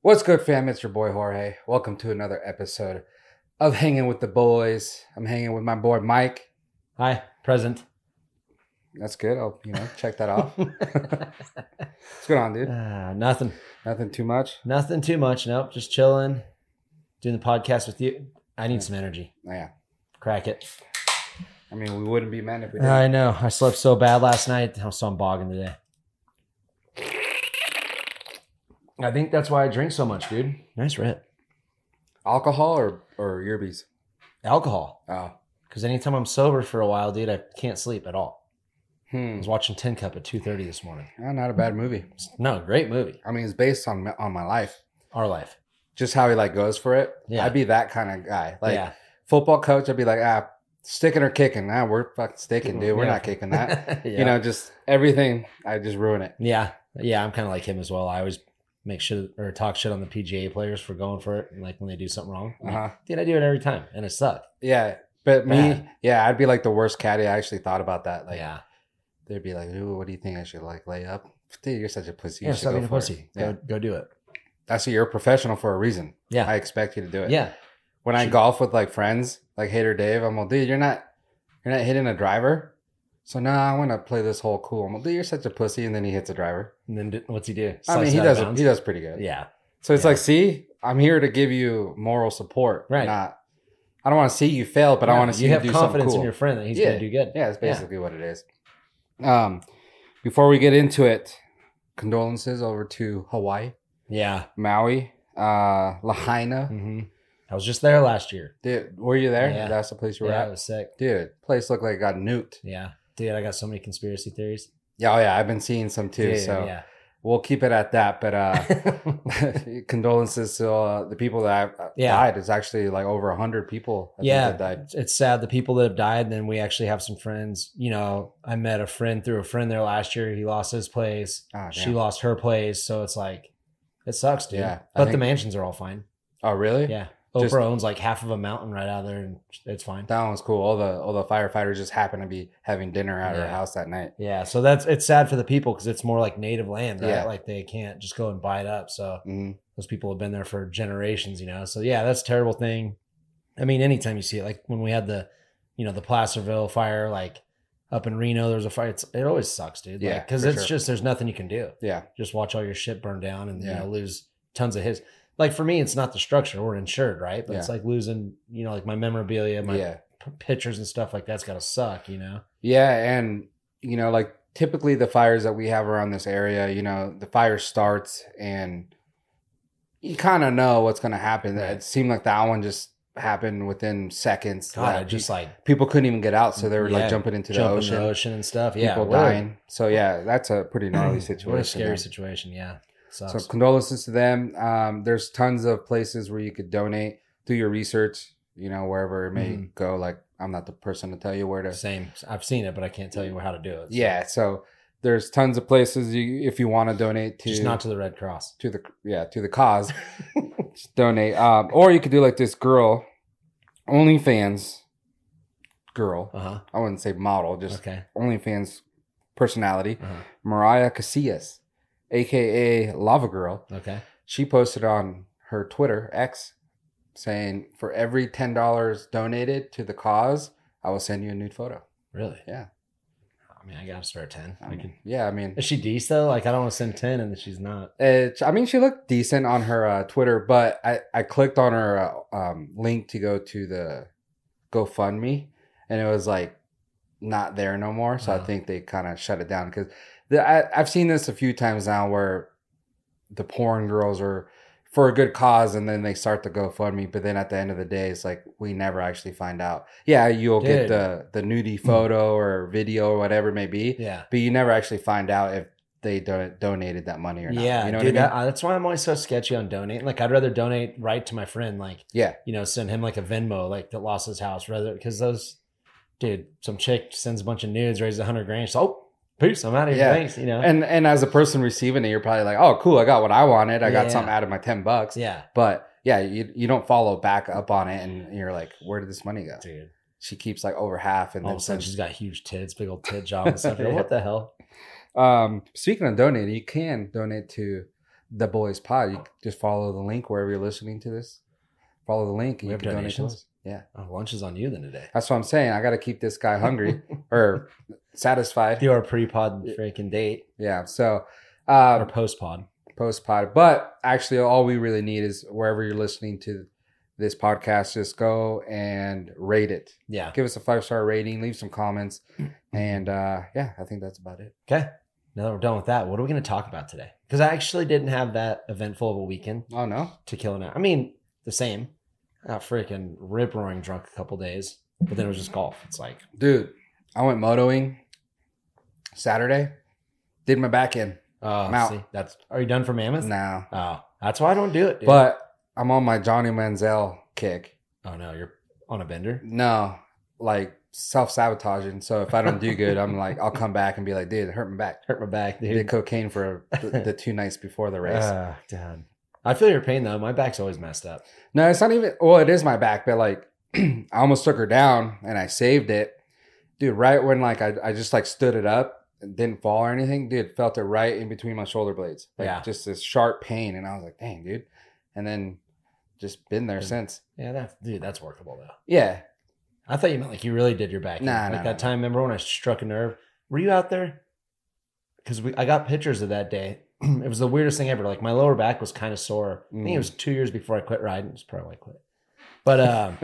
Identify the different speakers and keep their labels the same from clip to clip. Speaker 1: What's good, fam? It's your boy Jorge. Welcome to another episode of Hanging with the Boys. I'm hanging with my boy Mike.
Speaker 2: Hi, present.
Speaker 1: That's good. I'll you know check that
Speaker 2: Oh.
Speaker 1: off. What's going on, dude?
Speaker 2: Ah, nothing.
Speaker 1: Nothing too much.
Speaker 2: Nothing too much. Nope. Just chilling, doing the podcast with you. I need some energy.
Speaker 1: Oh, Yeah.
Speaker 2: Crack it.
Speaker 1: I mean, we wouldn't be men if we didn't.
Speaker 2: I know. I slept so bad last night. I'm so I'm bogging today. I think that's why I drink so much, dude. Nice rip.
Speaker 1: Alcohol or or yerbies?
Speaker 2: Alcohol.
Speaker 1: Oh.
Speaker 2: Because anytime I'm sober for a while, dude, I can't sleep at all. I
Speaker 1: Hmm.
Speaker 2: was watching Tin Cup at 2.30 this morning.
Speaker 1: Yeah, not a bad movie.
Speaker 2: No, great movie.
Speaker 1: I mean, it's based on on my life.
Speaker 2: Our life.
Speaker 1: Just how he like goes for it.
Speaker 2: Yeah.
Speaker 1: I'd be that kind of guy. Like
Speaker 2: yeah.
Speaker 1: football coach, I'd be like, ah, sticking or kicking. Nah, we're fucking sticking, dude. We're
Speaker 2: Yeah.
Speaker 1: not kicking that. You
Speaker 2: Yeah.
Speaker 1: know, just everything. I just ruin it.
Speaker 2: Yeah, yeah, I'm kind of like him as well. I always make shit or talk shit on the PGA players for going for it, and like when they do something wrong. I'm
Speaker 1: Uh
Speaker 2: like,
Speaker 1: huh.
Speaker 2: Dude, I do it every time, and it sucked.
Speaker 1: Yeah, but me,
Speaker 2: Bad.
Speaker 1: yeah, I'd be like the worst caddy. I actually thought about that. Like,
Speaker 2: yeah,
Speaker 1: they'd be like, "Ooh, what do you think I should like lay up?" Dude, you're such a pussy. You
Speaker 2: yeah,
Speaker 1: should
Speaker 2: stop
Speaker 1: go
Speaker 2: being a
Speaker 1: for it."
Speaker 2: pussy.
Speaker 1: Yeah,
Speaker 2: Go, go do it.
Speaker 1: that's you're a professional for a reason.
Speaker 2: Yeah,
Speaker 1: I expect you to do it.
Speaker 2: yeah,
Speaker 1: When I
Speaker 2: Should-
Speaker 1: golf with like friends, like Hater Dave, I'm like, dude, you're not, you're not hitting a driver. So no, I want to play this hole cool. I'm like, dude, you're such a pussy, and then he hits a driver.
Speaker 2: and then d- what's he do?
Speaker 1: I mean,
Speaker 2: Slice
Speaker 1: he
Speaker 2: it out of
Speaker 1: does,
Speaker 2: bounds?
Speaker 1: he does pretty good.
Speaker 2: Yeah,
Speaker 1: So it's
Speaker 2: Yeah.
Speaker 1: like, see, I'm here to give you moral support,
Speaker 2: Right.
Speaker 1: Not, I don't want to see you fail, but I
Speaker 2: No,
Speaker 1: want to see
Speaker 2: you
Speaker 1: you,
Speaker 2: have
Speaker 1: do something
Speaker 2: confidence
Speaker 1: cool.
Speaker 2: in your friend that he's
Speaker 1: Yeah.
Speaker 2: gonna do good.
Speaker 1: Yeah, that's basically what it is. Um, before we get into it, condolences over to Hawaii,
Speaker 2: yeah.
Speaker 1: Maui, uh, Lahaina.
Speaker 2: hmm I was just there last year.
Speaker 1: Dude, were you there?
Speaker 2: Yeah.
Speaker 1: That's the place you were
Speaker 2: Yeah, it
Speaker 1: at.
Speaker 2: was sick.
Speaker 1: Dude, place looked like it got nuked.
Speaker 2: Yeah, dude, I got so many conspiracy theories.
Speaker 1: Yeah, oh yeah, I've been seeing some too.
Speaker 2: Dude,
Speaker 1: so
Speaker 2: yeah,
Speaker 1: we'll keep it at that. But uh, condolences to uh, the people that uh,
Speaker 2: Yeah.
Speaker 1: died. It's actually like over hundred people. I think,
Speaker 2: Yeah.
Speaker 1: that died.
Speaker 2: it's sad the people that have died. And then we actually have some friends. You know, I met a friend through a friend there last year. He lost his place.
Speaker 1: Oh,
Speaker 2: She
Speaker 1: damn.
Speaker 2: lost her place. So it's like, it sucks, dude.
Speaker 1: Yeah, I
Speaker 2: but the
Speaker 1: think-
Speaker 2: mansions are all fine.
Speaker 1: oh really?
Speaker 2: Yeah. Oprah
Speaker 1: Just-
Speaker 2: owns like half of a mountain right out there and it's fine.
Speaker 1: That one was cool. All the all the firefighters just happened to be having dinner at her
Speaker 2: Yeah.
Speaker 1: house that night.
Speaker 2: Yeah. So that's, it's sad for the people because it's more like native land, right?
Speaker 1: Yeah.
Speaker 2: Like they can't just go and buy it up. So
Speaker 1: Mhm.
Speaker 2: those people have been there for generations, you know? So yeah, that's a terrible thing. I mean, anytime you see it, like when we had the, you know, the Placerville fire, like up in Reno, there was a fire. It's, it always sucks, dude.
Speaker 1: Yeah,
Speaker 2: Yeah. Cause
Speaker 1: for
Speaker 2: it's
Speaker 1: sure.
Speaker 2: just, there's nothing you can do.
Speaker 1: Yeah.
Speaker 2: just watch all your shit burn down and
Speaker 1: Yeah.
Speaker 2: you know lose tons of his like for me it's not the structure we're insured right but it's
Speaker 1: Yeah.
Speaker 2: like losing you know like my memorabilia my
Speaker 1: yeah.
Speaker 2: p- pictures and stuff like that's gotta suck you know
Speaker 1: Yeah. And, you know, like typically the fires that we have around this area, you know, the fire starts and you kind of know what's going to happen.
Speaker 2: Right.
Speaker 1: It seemed like that one just happened within seconds.
Speaker 2: god I
Speaker 1: that
Speaker 2: just
Speaker 1: pe-
Speaker 2: like
Speaker 1: people couldn't even get out. So they were like
Speaker 2: Yeah,
Speaker 1: jumping into the
Speaker 2: jumping
Speaker 1: ocean.
Speaker 2: in the ocean and stuff yeah
Speaker 1: People
Speaker 2: what a-
Speaker 1: dying. So, yeah, that's a pretty gnarly situation.
Speaker 2: what a scary
Speaker 1: there.
Speaker 2: situation yeah sucks
Speaker 1: So condolences to them. Um, there's tons of places where you could donate. Do your research, you know, wherever it may
Speaker 2: Mhm.
Speaker 1: go. Like I'm not the person to tell you where to.
Speaker 2: same i've seen it but i can't tell you how to do it so.
Speaker 1: Yeah, so there's tons of places you if you want to donate to
Speaker 2: just not to the red cross
Speaker 1: to the yeah to the cause, just donate. Um, or you could do like this girl, OnlyFans girl.
Speaker 2: uh-huh
Speaker 1: I wouldn't say model, just
Speaker 2: okay
Speaker 1: OnlyFans personality,
Speaker 2: uh-huh.
Speaker 1: Mariah Casillas, aka Lava Girl.
Speaker 2: okay
Speaker 1: she posted on her Twitter X saying, "For every ten dollars donated to the cause, I will send you a nude photo."
Speaker 2: really
Speaker 1: Yeah.
Speaker 2: i mean i gotta spare 10
Speaker 1: I
Speaker 2: I
Speaker 1: mean,
Speaker 2: can-
Speaker 1: yeah, I mean,
Speaker 2: is she decent though like i don't want to send 10 and then she's not
Speaker 1: it, I mean, she looked decent on her uh, Twitter, but I I clicked on her uh, um, link to go to the GoFundMe, and it was like not there no more. So I
Speaker 2: Wow.
Speaker 1: think they kind of shut it down because I I've seen this a few times now where the porn girls are for a good cause and then they start the GoFundMe, but then at the end of the day, it's like we never actually find out. Yeah, you'll get
Speaker 2: Dude.
Speaker 1: the the nudie photo or video or whatever it may be,
Speaker 2: yeah
Speaker 1: but you never actually find out if they don- donated that money or not.
Speaker 2: Yeah,
Speaker 1: you know
Speaker 2: dude,
Speaker 1: what I mean?
Speaker 2: that- uh, that's why I'm always so sketchy on donating. Like, I'd rather donate right to my friend, like,
Speaker 1: Yeah.
Speaker 2: you know, send him like a Venmo, like that lost his house, rather because those, dude, some chick sends a bunch of nudes, raises a hundred grand, she's like, oh, peace, I'm out of here,
Speaker 1: Yeah.
Speaker 2: thanks, you know,
Speaker 1: And and as a person receiving it, you're probably like, oh, cool, I got what I wanted. I got
Speaker 2: Yeah.
Speaker 1: something out of my ten bucks.
Speaker 2: yeah,
Speaker 1: But yeah, you you don't follow back up on it, and you're like, where did this money go?
Speaker 2: dude,
Speaker 1: She keeps like over half, and
Speaker 2: all
Speaker 1: then
Speaker 2: of a sudden
Speaker 1: sends-
Speaker 2: she's got huge tits, big old tit job and stuff. You're like,
Speaker 1: Yeah.
Speaker 2: What the hell?
Speaker 1: um, speaking of donating, you can donate to the boys pod. You c- just follow the link wherever you're listening to this. Follow the link. And
Speaker 2: We
Speaker 1: you
Speaker 2: have
Speaker 1: can donate to
Speaker 2: donations?
Speaker 1: us. Yeah,
Speaker 2: Oh, lunch is on you then today.
Speaker 1: that's what I'm saying. I got to keep this guy hungry or satisfied.
Speaker 2: Do our pre-pod freaking date
Speaker 1: Yeah. So
Speaker 2: or
Speaker 1: um,
Speaker 2: post-pod.
Speaker 1: post pod, but actually, all we really need is wherever you're listening to this podcast, just go and rate it.
Speaker 2: Yeah.
Speaker 1: Give us a five star rating. Leave some comments,
Speaker 2: Mm-hmm.
Speaker 1: and uh, yeah, I think that's about it.
Speaker 2: Okay. Now that we're done with that, what are we going to talk about today? Because I actually didn't have that eventful of a weekend
Speaker 1: Oh no,
Speaker 2: to kill an hour. I mean, the same. I got freaking rip roaring drunk a couple days, but then it was just golf. It's like,
Speaker 1: dude, I went motoing Saturday. Did my back end. I'm
Speaker 2: oh,
Speaker 1: out.
Speaker 2: see, that's are you done for Mammoth?
Speaker 1: No.
Speaker 2: Oh, that's why I don't do it. dude.
Speaker 1: But I'm on my Johnny Manziel kick.
Speaker 2: oh no, you're on a bender.
Speaker 1: No, like self sabotaging. So if I don't do good, I'm like, I'll come back and be like, dude, it hurt my back.
Speaker 2: Hurt my back,
Speaker 1: Did
Speaker 2: dude.
Speaker 1: cocaine for the, the two nights before the race.
Speaker 2: Ah, God. I feel your pain though. My back's always messed up.
Speaker 1: no, it's not even. Well, it is my back, but like, I almost took her down and I saved it, dude. Right when like I, I just like stood it up, and didn't fall or anything, dude. Felt it right in between my shoulder blades, like
Speaker 2: Yeah.
Speaker 1: just this sharp pain, and I was like, dang, dude. And then just been there
Speaker 2: Been-
Speaker 1: since.
Speaker 2: Yeah, that's dude, that's workable though.
Speaker 1: Yeah,
Speaker 2: I thought you meant like you really did your back. end.
Speaker 1: Nah,
Speaker 2: like
Speaker 1: nah,
Speaker 2: that
Speaker 1: nah.
Speaker 2: time. Remember when I struck a nerve? Were you out there? Because we, I got pictures of that day. it was the weirdest thing ever. Like my lower back was kind of sore. I think it was two years before I quit riding. It's probably why I quit. But um,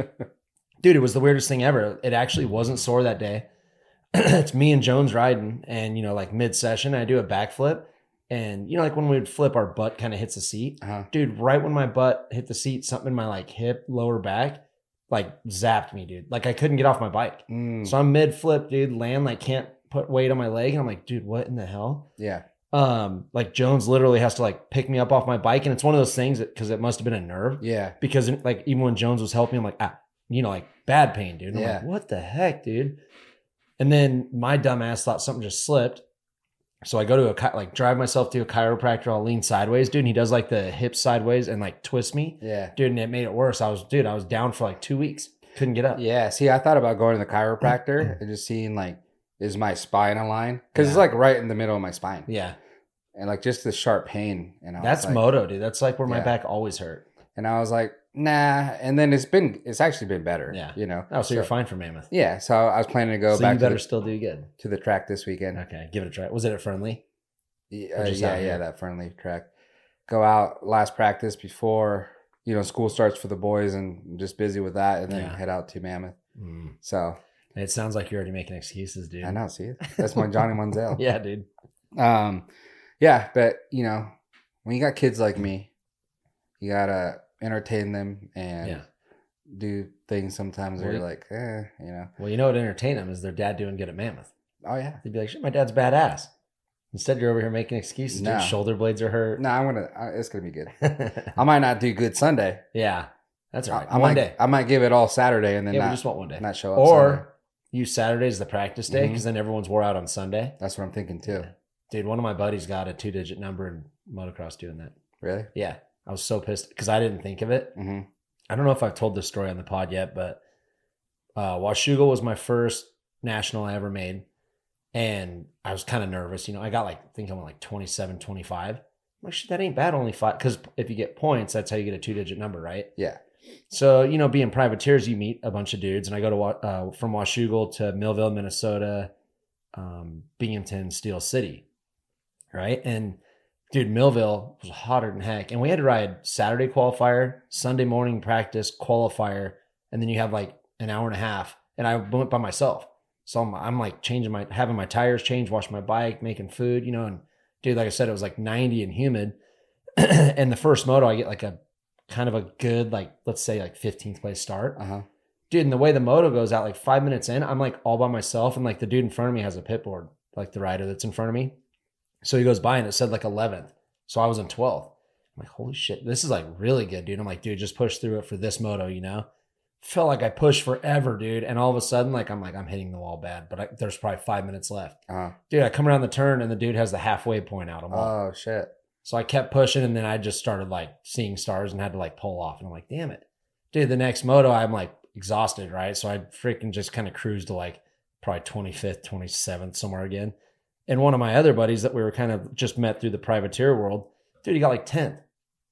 Speaker 2: dude, it was the weirdest thing ever. It actually wasn't sore that day. it's me and Jones riding, and you know, like mid session, I do a backflip, and you know, like when we would flip, our butt kind of hits the seat
Speaker 1: uh-huh.
Speaker 2: dude, right when my butt hit the seat, something in my like hip, lower back, like zapped me, dude. Like I couldn't get off my bike.
Speaker 1: Mm,
Speaker 2: So I'm mid flip, dude. Land like can't put weight on my leg, and I'm like, dude, what in the hell?
Speaker 1: yeah,
Speaker 2: Um, like Jones literally has to like pick me up off my bike, and it's one of those things that because it must have been a nerve.
Speaker 1: yeah.
Speaker 2: Because like even when Jones was helping, I'm like, ah, you know, like bad pain, dude. And I'm like,
Speaker 1: Yeah.
Speaker 2: what the heck, dude? And then my dumbass thought something just slipped. So I go to a chi- like drive myself to a chiropractor. I'll lean sideways, dude. And he does like the hip sideways and like twist me,
Speaker 1: Yeah.
Speaker 2: dude. And it made it worse. I was, dude, I was down for like two weeks. Couldn't get up.
Speaker 1: Yeah. See, I thought about going to the chiropractor and just seeing like, is my spine aligned? Because it's
Speaker 2: Yeah.
Speaker 1: like right in the middle of my spine,
Speaker 2: Yeah,
Speaker 1: and like just the sharp pain. And I was
Speaker 2: that's
Speaker 1: like-
Speaker 2: moto, dude. That's like where my
Speaker 1: Yeah.
Speaker 2: back always hurt.
Speaker 1: And I was like, nah. And then it's been, it's actually been better.
Speaker 2: Yeah.
Speaker 1: You know.
Speaker 2: Oh, so, you're fine for mammoth.
Speaker 1: Yeah. So I was planning to go
Speaker 2: so you
Speaker 1: back to
Speaker 2: better
Speaker 1: the,
Speaker 2: still do good.
Speaker 1: to the track this weekend.
Speaker 2: Okay, give it a try. Was it at Friendly?
Speaker 1: Y-
Speaker 2: Or
Speaker 1: uh,
Speaker 2: just
Speaker 1: yeah, yeah,
Speaker 2: out here.
Speaker 1: that friendly track. Go out last practice before you know school starts for the boys, and I'm just busy with that, and then
Speaker 2: Yeah.
Speaker 1: head out to Mammoth.
Speaker 2: Mm.
Speaker 1: So
Speaker 2: It sounds like you're already making excuses, dude.
Speaker 1: I know, see, that's my Johnny Manziel.
Speaker 2: Yeah, dude.
Speaker 1: Um, yeah, but you know, when you got kids like me, you gotta entertain them and
Speaker 2: Yeah.
Speaker 1: do things sometimes where
Speaker 2: Well,
Speaker 1: you're like, eh, you know,
Speaker 2: Well, you know what entertain them is their dad doing good at Mammoth.
Speaker 1: oh yeah.
Speaker 2: They'd be like, shit, my dad's badass. Instead, you're over here making excuses.
Speaker 1: No.
Speaker 2: Dude, shoulder blades are hurt.
Speaker 1: No, I'm gonna. I- It's gonna be good. I might not do good Sunday.
Speaker 2: yeah, that's all
Speaker 1: I,
Speaker 2: right.
Speaker 1: I
Speaker 2: one
Speaker 1: might.
Speaker 2: day.
Speaker 1: I might give it all Saturday and then
Speaker 2: yeah, we
Speaker 1: not,
Speaker 2: just want one day.
Speaker 1: not Mm-hmm. show up. Sunday.
Speaker 2: Or use Saturday as the practice day because then everyone's wore out on Sunday.
Speaker 1: that's what I'm thinking too.
Speaker 2: Yeah. Dude, one of my buddies got a two digit number in motocross doing that.
Speaker 1: Really?
Speaker 2: Yeah, I was so pissed because I didn't think of it.
Speaker 1: Mm-hmm.
Speaker 2: I don't know if I've told this story on the pod yet, but uh, Washugo was my first national I ever made. And I was kind of nervous. You know, I got like, I think I went like 27, 25. I'm like, shit, that ain't bad. Only five. Cause if you get points, that's how you get a two digit number, right?
Speaker 1: Yeah.
Speaker 2: So, you know, being privateers, you meet a bunch of dudes. And I go to, Wa- uh, from Washugal to Millville, Minnesota, um, Binghamton, Steel City, right? And dude, Millville was hotter than heck. And we had to ride Saturday qualifier, Sunday morning practice, qualifier, and then you have like an hour and a half. And I went by myself. So I'm, I'm like changing my, having my tires changed, washing my bike, making food, you know. And dude, like I said, it was like 90 and humid. and the first moto, I get like a kind of a good, like, let's say like 15th place start
Speaker 1: Uh huh.
Speaker 2: dude, and the way the moto goes out, like five minutes in, I'm like all by myself, and like the dude in front of me has a pit board, like the rider that's in front of me. So he goes by and it said like 11th. So I was in 12th. I'm like, holy shit, this is like really good, dude. I'm like, dude, just push through it for this moto, you know? Felt like I pushed forever, dude. And all of a sudden, like, I'm like, I'm hitting the wall bad, but I, there's probably five minutes left.
Speaker 1: Uh-huh.
Speaker 2: Dude, I come around the turn and the dude has the halfway point out. I'm like,
Speaker 1: Oh shit.
Speaker 2: so I kept pushing, and then I just started like seeing stars and had to like pull off. And I'm like, damn it, dude. The next moto, I'm like exhausted, right? So I freaking just kind of cruised to like probably 25th, 27th, somewhere again. And one of my other buddies that we were kind of just met through the privateer world, dude, he got like 10th.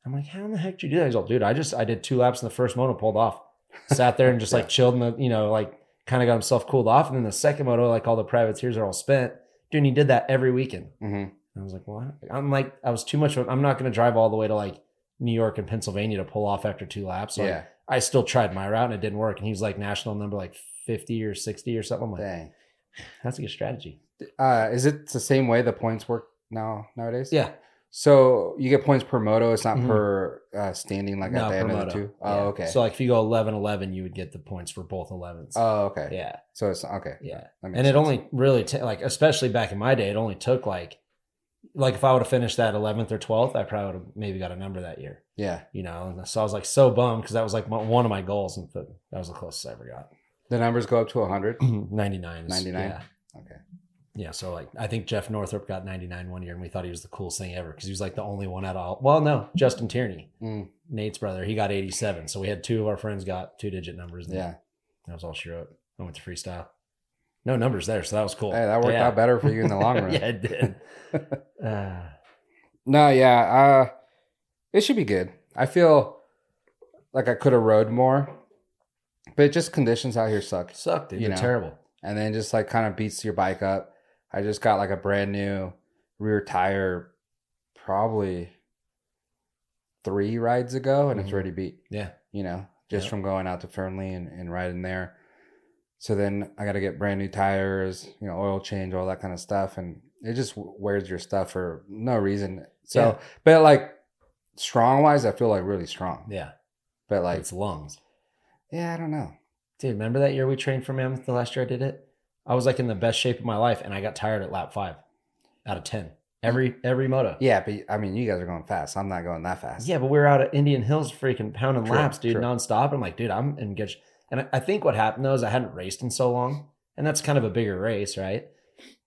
Speaker 2: I'm like, how in the heck did you do that? He's like, dude, I just, I did two laps in the first moto, pulled off, sat there and just like chilled in the, you know, like kind of got himself cooled off. And then the second moto, like all the privateers are all spent. Dude, and he did that every weekend.
Speaker 1: Mhm.
Speaker 2: And I was like, well, I- I'm like, I was too much of, I'm not going to drive all the way to like New York and Pennsylvania to pull off after two laps. So
Speaker 1: yeah.
Speaker 2: I, I still tried my route and it didn't work. And he was like national number like 50 or 60 or something. I'm like,
Speaker 1: Dang.
Speaker 2: that's a good strategy.
Speaker 1: Uh, is it the same way the points work now nowadays?
Speaker 2: Yeah.
Speaker 1: So you get points per moto. It's not
Speaker 2: Mhm.
Speaker 1: per uh, standing like at
Speaker 2: No,
Speaker 1: the
Speaker 2: per
Speaker 1: end of
Speaker 2: moto.
Speaker 1: the two.
Speaker 2: Yeah.
Speaker 1: Oh, okay.
Speaker 2: So like if you go 11 11, you would get the points for both 11s.
Speaker 1: oh, okay.
Speaker 2: yeah.
Speaker 1: So it's okay.
Speaker 2: Yeah.
Speaker 1: That makes
Speaker 2: and it
Speaker 1: sense.
Speaker 2: only really ta- like especially back in my day it only took like like if i would have finished that 11th or 12th i probably would have maybe got a number that year
Speaker 1: yeah.
Speaker 2: you know and so i was like so bummed because that was like my, one of my goals and that was the closest i ever got
Speaker 1: The numbers go up to hundred.
Speaker 2: 99 is-
Speaker 1: 99?
Speaker 2: yeah
Speaker 1: Okay.
Speaker 2: yeah so like i think jeff northrup got 99 one year and we thought he was the coolest thing ever because he was like the only one at all well no justin tierney
Speaker 1: Mm.
Speaker 2: nate's brother he got 87 so we had two of our friends got two digit numbers
Speaker 1: Yeah.
Speaker 2: that was all she wrote i went to freestyle no numbers there so that was cool
Speaker 1: Hey, that worked
Speaker 2: Yeah.
Speaker 1: out better for you in the long run.
Speaker 2: yeah, it did. uh,
Speaker 1: No, yeah. Uh, it should be good. I feel like I could have rode more, but just conditions out here suck.
Speaker 2: sucked, dude.
Speaker 1: You
Speaker 2: They're
Speaker 1: know.
Speaker 2: terrible.
Speaker 1: and then just like kind of beats your bike up. I just got like a brand new rear tire probably three rides ago and it's
Speaker 2: Mhm.
Speaker 1: already beat,
Speaker 2: Yeah.
Speaker 1: you know, just
Speaker 2: Yep.
Speaker 1: from going out to Fernley and, and riding there. So then I got to get brand new tires, you know, oil change, all that kind of stuff. And it just w- wears your stuff for no reason. So,
Speaker 2: Yeah.
Speaker 1: but like strong wise, I feel like really strong.
Speaker 2: Yeah.
Speaker 1: But like,
Speaker 2: it's lungs.
Speaker 1: yeah, I don't know.
Speaker 2: Dude, remember that year we trained for Mammoth the last year I did it? I was like in the best shape of my life and I got tired at lap five out of 10. Every every moto.
Speaker 1: Yeah. But I mean, you guys are going fast. I'm not going that fast.
Speaker 2: Yeah, but we were out at Indian Hills freaking pounding
Speaker 1: True,
Speaker 2: laps, dude,
Speaker 1: true.
Speaker 2: nonstop. I'm like, dude, I'm in good. sh- And I, I think what happened though is I hadn't raced in so long, and that's kind of a bigger race, right?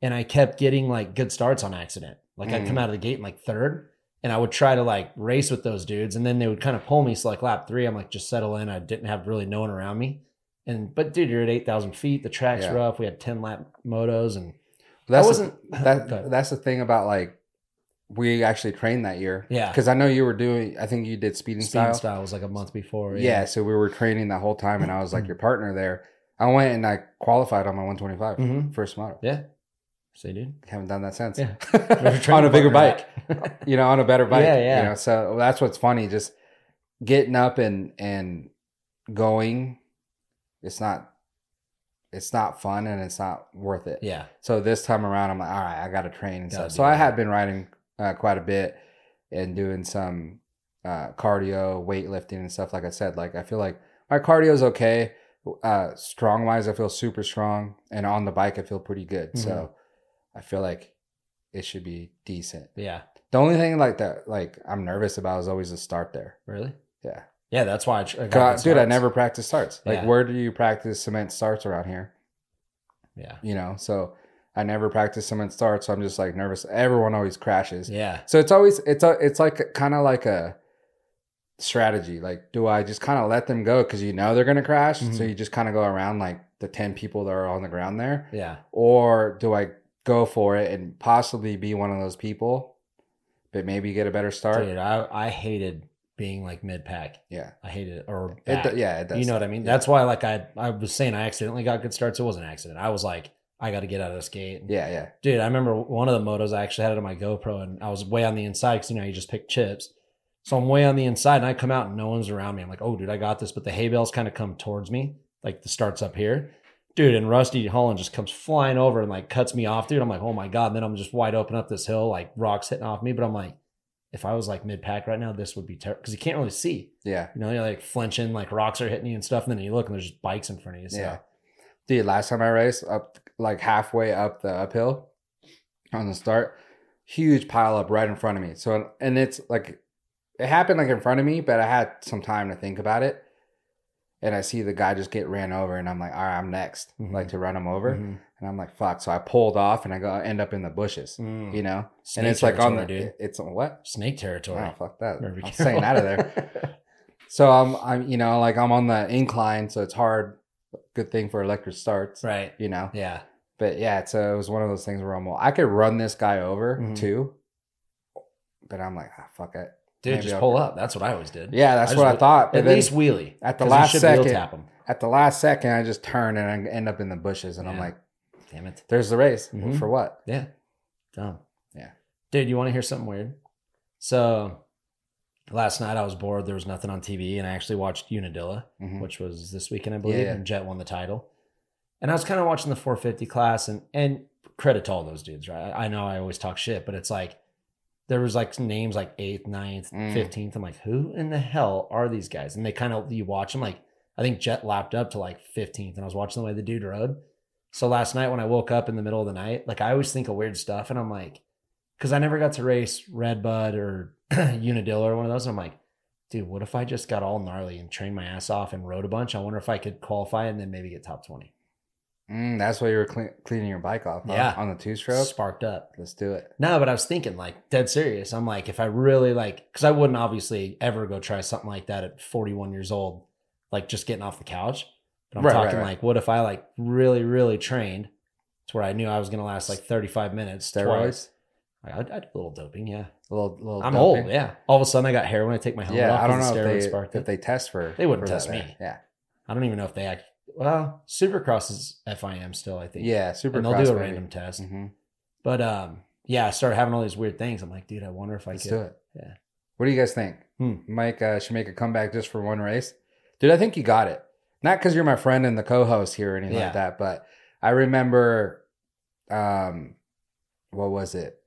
Speaker 2: And I kept getting like good starts on accident. Like I'd come
Speaker 1: Mm.
Speaker 2: out of the gate in like third, and I would try to like race with those dudes, and then they would kind of pull me. So like lap three, I'm like just settle in. I didn't have really no one around me, and but dude, you're at eight thousand feet. The track's
Speaker 1: Yeah.
Speaker 2: rough. We had ten lap motos, and
Speaker 1: That's
Speaker 2: I
Speaker 1: the-
Speaker 2: wasn't
Speaker 1: that
Speaker 2: Okay.
Speaker 1: that's the thing about like we actually trained that year.
Speaker 2: Yeah.
Speaker 1: Because I know you were doing I think you did speeding,
Speaker 2: Speed
Speaker 1: style.
Speaker 2: style. was like a month before.
Speaker 1: Yeah. So we were training that whole time and I was like your partner there. I went and I qualified on my 125
Speaker 2: Mhm.
Speaker 1: first moto.
Speaker 2: yeah. See, dude,
Speaker 1: Haven't done that since.
Speaker 2: Yeah.
Speaker 1: on a bigger bike.
Speaker 2: bike.
Speaker 1: You know, on a better bike.
Speaker 2: Yeah, yeah.
Speaker 1: You know, so that's what's funny. Just getting up and and going, it's not it's not fun and it's not worth it.
Speaker 2: yeah.
Speaker 1: So this time around, I'm like, all right, I got to train and
Speaker 2: Gotta
Speaker 1: stuff.
Speaker 2: do
Speaker 1: So I
Speaker 2: that.
Speaker 1: had been riding uh, quite a bit and doing some uh, cardio, weightlifting, and stuff. Like I said, like I feel like my cardio is okay. Uh, strong wise, I feel super strong, and on the bike, I feel pretty good.
Speaker 2: Mm-hmm.
Speaker 1: So I feel like it should be decent.
Speaker 2: Yeah.
Speaker 1: The only thing like that, like I'm nervous about, is always the start there.
Speaker 2: Really?
Speaker 1: Yeah.
Speaker 2: Yeah, that's why I, tr- I
Speaker 1: God,
Speaker 2: good
Speaker 1: dude, I
Speaker 2: starts.
Speaker 1: never practice starts. Like,
Speaker 2: Yeah.
Speaker 1: where do you practice cement starts around here?
Speaker 2: Yeah.
Speaker 1: you know so i never practice cement start so i'm just like nervous everyone always crashes
Speaker 2: Yeah.
Speaker 1: so it's always it's a, it's like kind of like a strategy like do i just kind of let them go because you know they're gonna crash so
Speaker 2: Mhm.
Speaker 1: you just kind of go around like the 10 people that are on the ground there
Speaker 2: Yeah.
Speaker 1: or do i go for it and possibly be one of those people but maybe get a better start
Speaker 2: Dude, I, I hated being like mid pack.
Speaker 1: yeah
Speaker 2: I hated it. Or
Speaker 1: it,
Speaker 2: back.
Speaker 1: do- yeah it does
Speaker 2: you know what I mean?
Speaker 1: yeah.
Speaker 2: That's why, like, I, I was saying I accidentally got good starts. It wasn't an accident. I was like, I got to get out of this gate.
Speaker 1: yeah yeah
Speaker 2: Dude, I remember one of the motos I actually had it on my GoPro and I was way on the inside because, you know, you just pick chips. So I'm way on the inside and I come out and no one's around me. I'm like, oh, dude, I got this. But the hay bales kind of come towards me. Like the starts up here. Dude, and Rusty Holland just comes flying over and like cuts me off, dude. I'm like, oh my God. And then I'm just wide open up this hill, like rocks hitting off me. But I'm like, if I was like mid pack right now, this would be terrible because you can't really see.
Speaker 1: yeah
Speaker 2: You know, you're like flinching, like rocks are hitting you and stuff. And then you look and there's just bikes in front of you. So,
Speaker 1: Yeah. Dude, last time I raced up like halfway up the uphill on the start, huge pile up right in front of me. So and it's like it happened like in front of me, but I had some time to think about it. And I see the guy just get ran over and I'm like, all right, I'm next.
Speaker 2: Mhm.
Speaker 1: Like to run him over.
Speaker 2: Mhm.
Speaker 1: And I'm like, fuck. So I pulled off and I go I end up in the bushes.
Speaker 2: Mm.
Speaker 1: You know? Mm-hmm.
Speaker 2: Snake
Speaker 1: and it's like on the
Speaker 2: territory, dude.
Speaker 1: it's on what?
Speaker 2: Snake territory.
Speaker 1: Oh fuck that.
Speaker 2: Better be
Speaker 1: I'm
Speaker 2: careful.
Speaker 1: staying out of there. So I'm, I'm, you know, like I'm on the incline, so it's hard. Good thing for electric starts,
Speaker 2: right.
Speaker 1: you know.
Speaker 2: Yeah. Mm-hmm.
Speaker 1: But yeah, so it was one of those things where I'm, well, I could run this guy over
Speaker 2: Mhm.
Speaker 1: too, But I'm like, ah, fuck it.
Speaker 2: Dude,
Speaker 1: Maybe
Speaker 2: just
Speaker 1: I'll-
Speaker 2: pull up. That's what I always did.
Speaker 1: Yeah, that's
Speaker 2: I just
Speaker 1: what I
Speaker 2: would-
Speaker 1: thought. But
Speaker 2: At
Speaker 1: then
Speaker 2: least wheelie.
Speaker 1: at the
Speaker 2: 'cause you
Speaker 1: last
Speaker 2: should wheel
Speaker 1: second-
Speaker 2: tap him.
Speaker 1: at the last second, I just turn and I end up in the bushes, and I'm
Speaker 2: Yeah.
Speaker 1: like,
Speaker 2: Damn it.
Speaker 1: there's the race
Speaker 2: Mhm.
Speaker 1: for what?
Speaker 2: Yeah. Dumb.
Speaker 1: Yeah.
Speaker 2: Dude, you want to hear something weird? So last night I was bored. There was nothing on TV, and I actually watched Unadilla,
Speaker 1: Mhm.
Speaker 2: which was this weekend, I believe,
Speaker 1: yeah.
Speaker 2: and Jet won the title. And I was kind of watching the 450 class, and and credit to all those dudes, right? I know I always talk shit, but it's like there was like names like eighth, ninth,
Speaker 1: Mm.
Speaker 2: fifteenth. I'm like, who in the hell are these guys? And they kind of you watch them like I think Jet lapped up to like 15th, and I was watching the way the dude rode. So last night when I woke up in the middle of the night, like I always think of weird stuff, and I'm like, because I never got to race Red Bud or Unadilla or one of those. I'm like, dude, what if I just got all gnarly and trained my ass off and rode a bunch? I wonder if I could qualify and then maybe get top 20.
Speaker 1: Mm, that's why you were clean, cleaning your bike off. huh?
Speaker 2: Yeah.
Speaker 1: on the two stroke.
Speaker 2: Sparked up.
Speaker 1: Let's do it.
Speaker 2: No, but I was thinking like dead serious. I'm like, if I really like, because I wouldn't obviously ever go try something like that at 41 years old, like just getting off the couch. But I'm
Speaker 1: Right, right,
Speaker 2: talking
Speaker 1: right.
Speaker 2: like, what if I like really, really trained to where I knew I was going to last like 35 minutes? twice.
Speaker 1: Steroids.
Speaker 2: Like, I'd, I'd do a little doping. Yeah.
Speaker 1: A little, little.
Speaker 2: I'm
Speaker 1: doping.
Speaker 2: old. Yeah. All of a sudden I got hair when I take my helmet
Speaker 1: Yeah,
Speaker 2: off.
Speaker 1: I don't
Speaker 2: 'cause
Speaker 1: know
Speaker 2: the steroids
Speaker 1: if
Speaker 2: sparked
Speaker 1: they,
Speaker 2: it.
Speaker 1: if they test for.
Speaker 2: They wouldn't
Speaker 1: for that
Speaker 2: test me.
Speaker 1: there. Yeah,
Speaker 2: I don't even know if they act. Well, Supercross is FIM still, I think.
Speaker 1: yeah. Super.
Speaker 2: and they'll do a random test.
Speaker 1: hmm
Speaker 2: But um, yeah, I started having all these weird things. I'm like, dude, I wonder if I
Speaker 1: Let's
Speaker 2: could.
Speaker 1: do it.
Speaker 2: Yeah.
Speaker 1: What do you guys think?
Speaker 2: Hmm.
Speaker 1: Mike uh, should make a comeback just for one race, dude. I think you got it. Not because you're my friend and the co-host here or anything
Speaker 2: Yeah.
Speaker 1: like that, but I remember, um, what was it?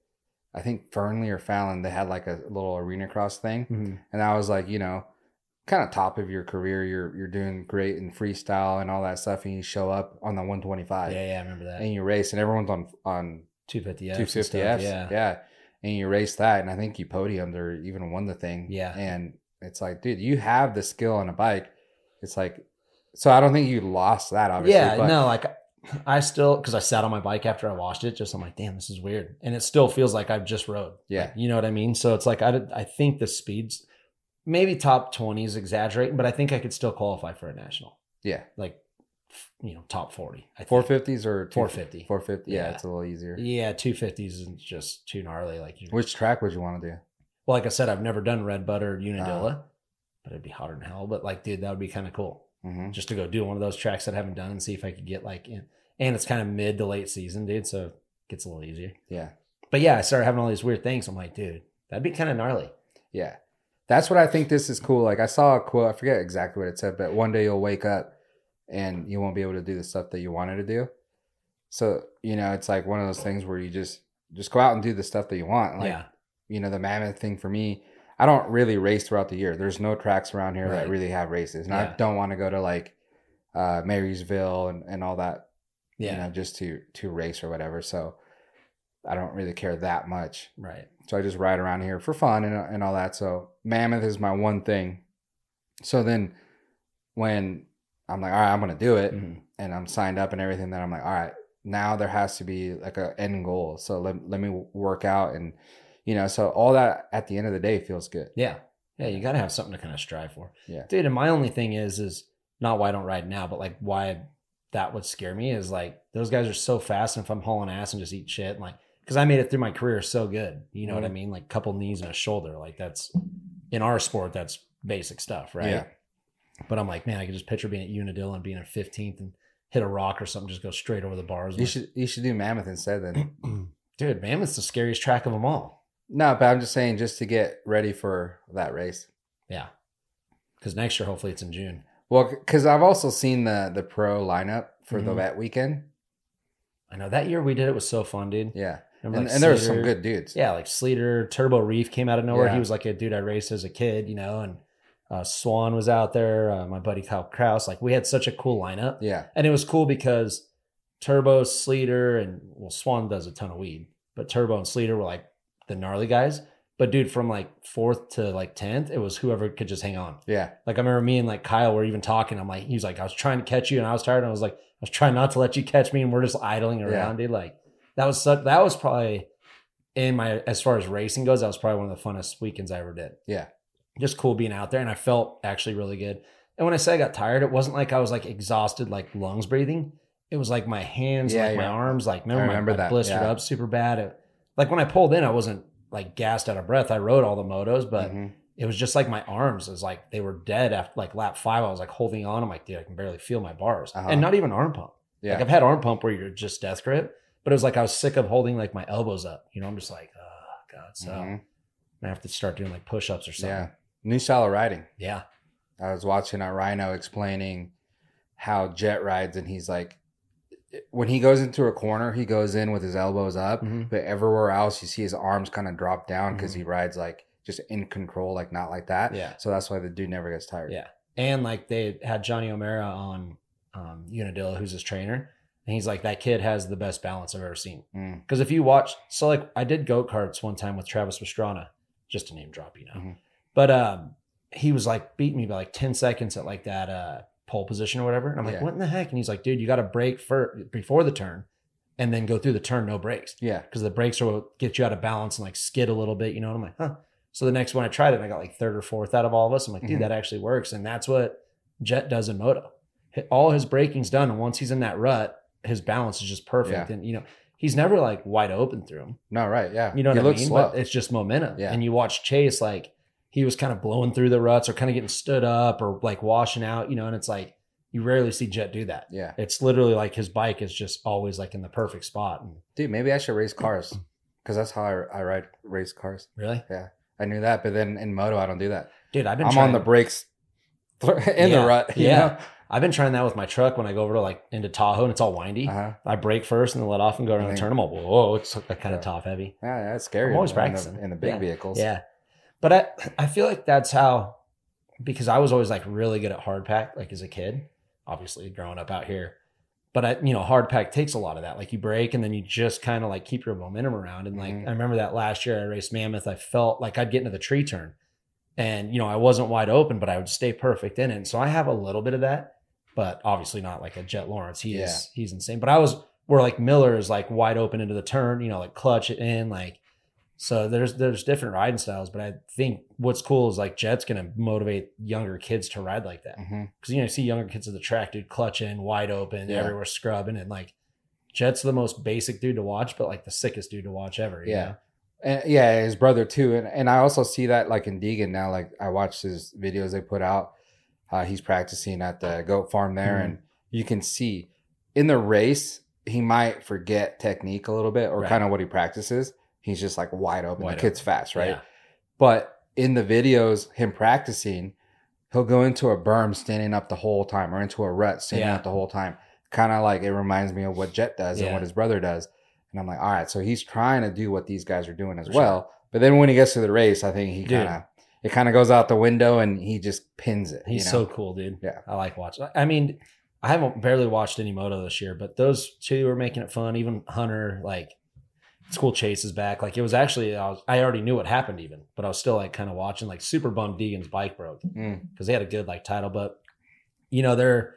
Speaker 1: I think Fernley or Fallon. They had like a little arena cross thing.
Speaker 2: Mhm.
Speaker 1: and I was like, you know, kind of top of your career. You're you're doing great in freestyle and all that stuff, and you show up on the 125
Speaker 2: Yeah, yeah, I remember that.
Speaker 1: and you race, and everyone's on on
Speaker 2: 250 Fs.
Speaker 1: 250 Fs,
Speaker 2: Yeah.
Speaker 1: yeah, and you race that, and I think you podiumed or even won the thing,
Speaker 2: Yeah.
Speaker 1: and it's like, dude, you have the skill on a bike. It's like, so I don't think you lost that, obviously.
Speaker 2: yeah,
Speaker 1: but
Speaker 2: no, like I still because I sat on my bike after I washed it. Just I'm like, damn, this is weird, and it still feels like I've just rode.
Speaker 1: Yeah.
Speaker 2: Like, you know what I mean. So it's like I did- I think the speeds, maybe top 20 is exaggerating, but I think I could still qualify for a national,
Speaker 1: yeah,
Speaker 2: like f- you know, top 40. I think.
Speaker 1: 450s or
Speaker 2: 450.
Speaker 1: 450. Yeah,
Speaker 2: Yeah.
Speaker 1: it's a little easier.
Speaker 2: Yeah, 250s is just too gnarly. Like you
Speaker 1: Which track would you want to do?
Speaker 2: Well, like I said, I've never done Red Butter or Unadilla, but it'd be hotter than hell. But like, dude, that would be kind of cool
Speaker 1: Mm-hmm.
Speaker 2: just to go do one of those tracks that I haven't done and see if I could get like in. And it's kind of mid to late season, dude, so it gets a little easier.
Speaker 1: Yeah.
Speaker 2: But yeah, I started having all these weird things. I'm like, dude, that'd be kind of gnarly.
Speaker 1: Yeah. That's what I think this is cool. Like I saw a quote, I forget exactly what it said, but one day you'll wake up and you won't be able to do the stuff that you wanted to do. So, you know, it's like one of those things where you just just go out and do the stuff that you want. Like,
Speaker 2: yeah,
Speaker 1: you know, the mammoth thing for me, I don't really race throughout the year. There's no tracks around here
Speaker 2: Right.
Speaker 1: that really have races. And
Speaker 2: Yeah.
Speaker 1: I don't want to go to like uh Marysville and, and all that
Speaker 2: yeah,
Speaker 1: you know, just to to race or whatever. So I don't really care that much
Speaker 2: right.
Speaker 1: so I just ride around here for fun and, and all that. So Mammoth is my one thing. So then when I'm like, all right, I'm gonna do it,
Speaker 2: Mhm.
Speaker 1: and I'm signed up and everything, then I'm like, all right, now there has to be like a end goal. So let let me work out and you know, so all that at the end of the day feels good.
Speaker 2: Yeah, yeah. You got to have something to kind of strive for.
Speaker 1: Yeah.
Speaker 2: dude. And my only thing is, is not why I don't ride now, but like why that would scare me is like those guys are so fast, and if I'm hauling ass and just eat shit, and like because I made it through my career so good, you know what I
Speaker 1: Mm-hmm.
Speaker 2: mean? Like couple knees and a shoulder, like that's in our sport, that's basic stuff, right?
Speaker 1: Yeah.
Speaker 2: But I'm like, man, I could just picture being at Unadilla and being in 15th and hit a rock or something, just go straight over the bars.
Speaker 1: You should you should do Mammoth instead then.
Speaker 2: dude, Mammoth's the scariest track of them all.
Speaker 1: no, but I'm just saying just to get ready for that race.
Speaker 2: Yeah, because next year hopefully it's in June.
Speaker 1: Well, because I've also seen the the pro lineup for the
Speaker 2: Mhm.
Speaker 1: vet weekend.
Speaker 2: I know that year we did it was so fun, dude.
Speaker 1: Yeah,
Speaker 2: Remember,
Speaker 1: and,
Speaker 2: like,
Speaker 1: and there were some
Speaker 2: Sleater-
Speaker 1: good dudes.
Speaker 2: Yeah, like Sleater, Turbo Reef came out of nowhere.
Speaker 1: Yeah.
Speaker 2: He was like a dude I raced as a kid, you know, and uh, Swan was out there. Uh, my buddy Kyle Kraus. Like we had such a cool lineup,
Speaker 1: yeah,
Speaker 2: and it was cool because Turbo, Sleater, and well, Swan does a ton of weed, but Turbo and Sleater were like the gnarly guys. But dude, from like fourth to like tenth, it was whoever could just hang on.
Speaker 1: yeah.
Speaker 2: Like I remember me and like Kyle were even talking. I'm like, he was like, I was trying to catch you and I was tired. And I was like, I was trying not to let you catch me. And we're just idling around, dude. Like that was such, that was probably in my, as far as racing goes, that was probably one of the funnest weekends I ever did.
Speaker 1: Yeah.
Speaker 2: Just cool being out there. And I felt actually really good. And when I say I got tired, it wasn't like I was like exhausted, like lungs breathing. It was like my hands,
Speaker 1: Yeah,
Speaker 2: like my
Speaker 1: yeah.
Speaker 2: arms, like remember,
Speaker 1: remember
Speaker 2: my, my
Speaker 1: that,
Speaker 2: blistered
Speaker 1: yeah.
Speaker 2: up super bad. It, like when I pulled in, I wasn't like gassed out of breath. I rode all the motos, but
Speaker 1: Mhm.
Speaker 2: it was just like my arms is like they were dead after like lap five. I was like holding on. I'm like, dude, I can barely feel my bars,
Speaker 1: Uh-huh.
Speaker 2: and not even arm pump.
Speaker 1: yeah,
Speaker 2: Like I've had arm pump where you're just death grip, but it was like I was sick of holding like my elbows up. You know, I'm just like, oh god, so
Speaker 1: Mhm.
Speaker 2: I have to start doing like push ups or something.
Speaker 1: yeah. New style of riding.
Speaker 2: yeah,
Speaker 1: I was watching a Rhino explaining how Jet rides, and he's like, when he goes into a corner, he goes in with his elbows up,
Speaker 2: Mhm.
Speaker 1: but everywhere else, you see his arms kind of drop down because
Speaker 2: Mhm.
Speaker 1: he rides like just in control, like not like that.
Speaker 2: Yeah.
Speaker 1: So that's why the dude never gets tired.
Speaker 2: Yeah. and like they had Johnny O'Mara on um, Unadilla, who's his trainer, and he's like, that kid has the best balance I've ever seen.
Speaker 1: Mm.
Speaker 2: Because if you watch, so like I did go karts one time with Travis Pastrana, just to name drop, you know,
Speaker 1: Mhm.
Speaker 2: but um, he was like beating me by like ten seconds at like that uh, pole position or whatever, and I'm like,
Speaker 1: Yeah.
Speaker 2: what in the heck? And he's like, dude, you got to brake for before the turn, and then go through the turn, no brakes.
Speaker 1: Yeah.
Speaker 2: because the brakes are what get you out of balance and like skid a little bit, you know. And I'm like, huh. So the next one I tried it, and I got like third or fourth out of all of us. I'm like, dude,
Speaker 1: Mhm.
Speaker 2: that actually works, and that's what Jet does in moto. Hi- All his braking's done, and once he's in that rut, his balance is just perfect. And you know, he's never like wide open through him.
Speaker 1: No, right. Yeah.
Speaker 2: You know what
Speaker 1: he
Speaker 2: I
Speaker 1: looks
Speaker 2: mean?
Speaker 1: slow.
Speaker 2: But it's just momentum.
Speaker 1: Yeah.
Speaker 2: And you watch Chase like he was kind of blowing through the ruts or kind of getting stood up or like washing out, you know. And it's like you rarely see Jet do that.
Speaker 1: yeah.
Speaker 2: It's literally like his bike is just always like in the perfect spot. And
Speaker 1: Dude, maybe I should race cars because that's how I, I ride race cars.
Speaker 2: really,
Speaker 1: I knew that, but then in moto, I don't do that.
Speaker 2: dude, I've been
Speaker 1: I'm on
Speaker 2: trying-
Speaker 1: the brakes th- in
Speaker 2: Yeah.
Speaker 1: the rut. You
Speaker 2: Yeah. I've been trying that with my truck when I go over to like into Tahoe and it's all windy.
Speaker 1: Know? Uh-huh.
Speaker 2: I brake first and then let off and go around
Speaker 1: And
Speaker 2: and
Speaker 1: then-
Speaker 2: turn them all. Whoa, it's like kind
Speaker 1: Yeah.
Speaker 2: of top heavy.
Speaker 1: Yeah, that's scary.
Speaker 2: I'm always
Speaker 1: in the-
Speaker 2: practicing.
Speaker 1: in the, big
Speaker 2: Yeah.
Speaker 1: vehicles.
Speaker 2: Yeah. But I I feel like that's how because I was always like really good at hard pack, like as a kid, obviously growing up out here. But I, you know, hard pack takes a lot of that. Like you break and then you just kind of like keep your momentum around. And like
Speaker 1: Mhm.
Speaker 2: I remember that last year I raced Mammoth, I felt like I'd get into the tree turn. And you know, I wasn't wide open, but I would stay perfect in it. And so I have a little bit of that, but obviously not like a Jet Lawrence. He is he's insane. But I was where like Miller is like wide open into the turn, you know, like clutch it in, like so there's there's different riding styles, but I think what's cool is like Jet's gonna motivate younger kids to ride like that
Speaker 1: hmm
Speaker 2: because you know you see younger kids at the track, dude, clutching, wide open,
Speaker 1: Yeah.
Speaker 2: everywhere scrubbing, and like Jet's the most basic dude to watch, but like the sickest dude to watch ever. you
Speaker 1: Yeah.
Speaker 2: know?
Speaker 1: And, yeah, his brother too, and and I also see that like in Deegan now. Like I watched his videos they put out. Uh, he's practicing at the goat farm there,
Speaker 2: Mhm.
Speaker 1: and you can see in the race he might forget technique a little bit or
Speaker 2: Right.
Speaker 1: kind of what he practices. He's just like wide open.
Speaker 2: Wide
Speaker 1: the kid's fast, right?
Speaker 2: Yeah.
Speaker 1: But in the videos, him practicing, he'll go into a berm standing up the whole time or into a rut standing
Speaker 2: Yeah.
Speaker 1: up the whole time. Kind of like it reminds me of what Jet does and
Speaker 2: Yeah.
Speaker 1: what his brother does. And I'm like, all right, so he's trying to do what these guys are doing as
Speaker 2: For sure.
Speaker 1: well. But then when he gets to the race, I think he
Speaker 2: Dude.
Speaker 1: kind of it kind of goes out the window and he just pins it.
Speaker 2: He's
Speaker 1: you know?
Speaker 2: so cool, dude.
Speaker 1: Yeah.
Speaker 2: I like watching. I mean, I haven't barely watched any moto this year, but those two are making it fun. Even Hunter, like, it's cool. Chase is back. Like, it was actually, I, was, I already knew what happened, even, but I was still like kind of watching. Like, super bummed Deegan's bike broke
Speaker 1: Mm.
Speaker 2: because they had a good like title, but you know they're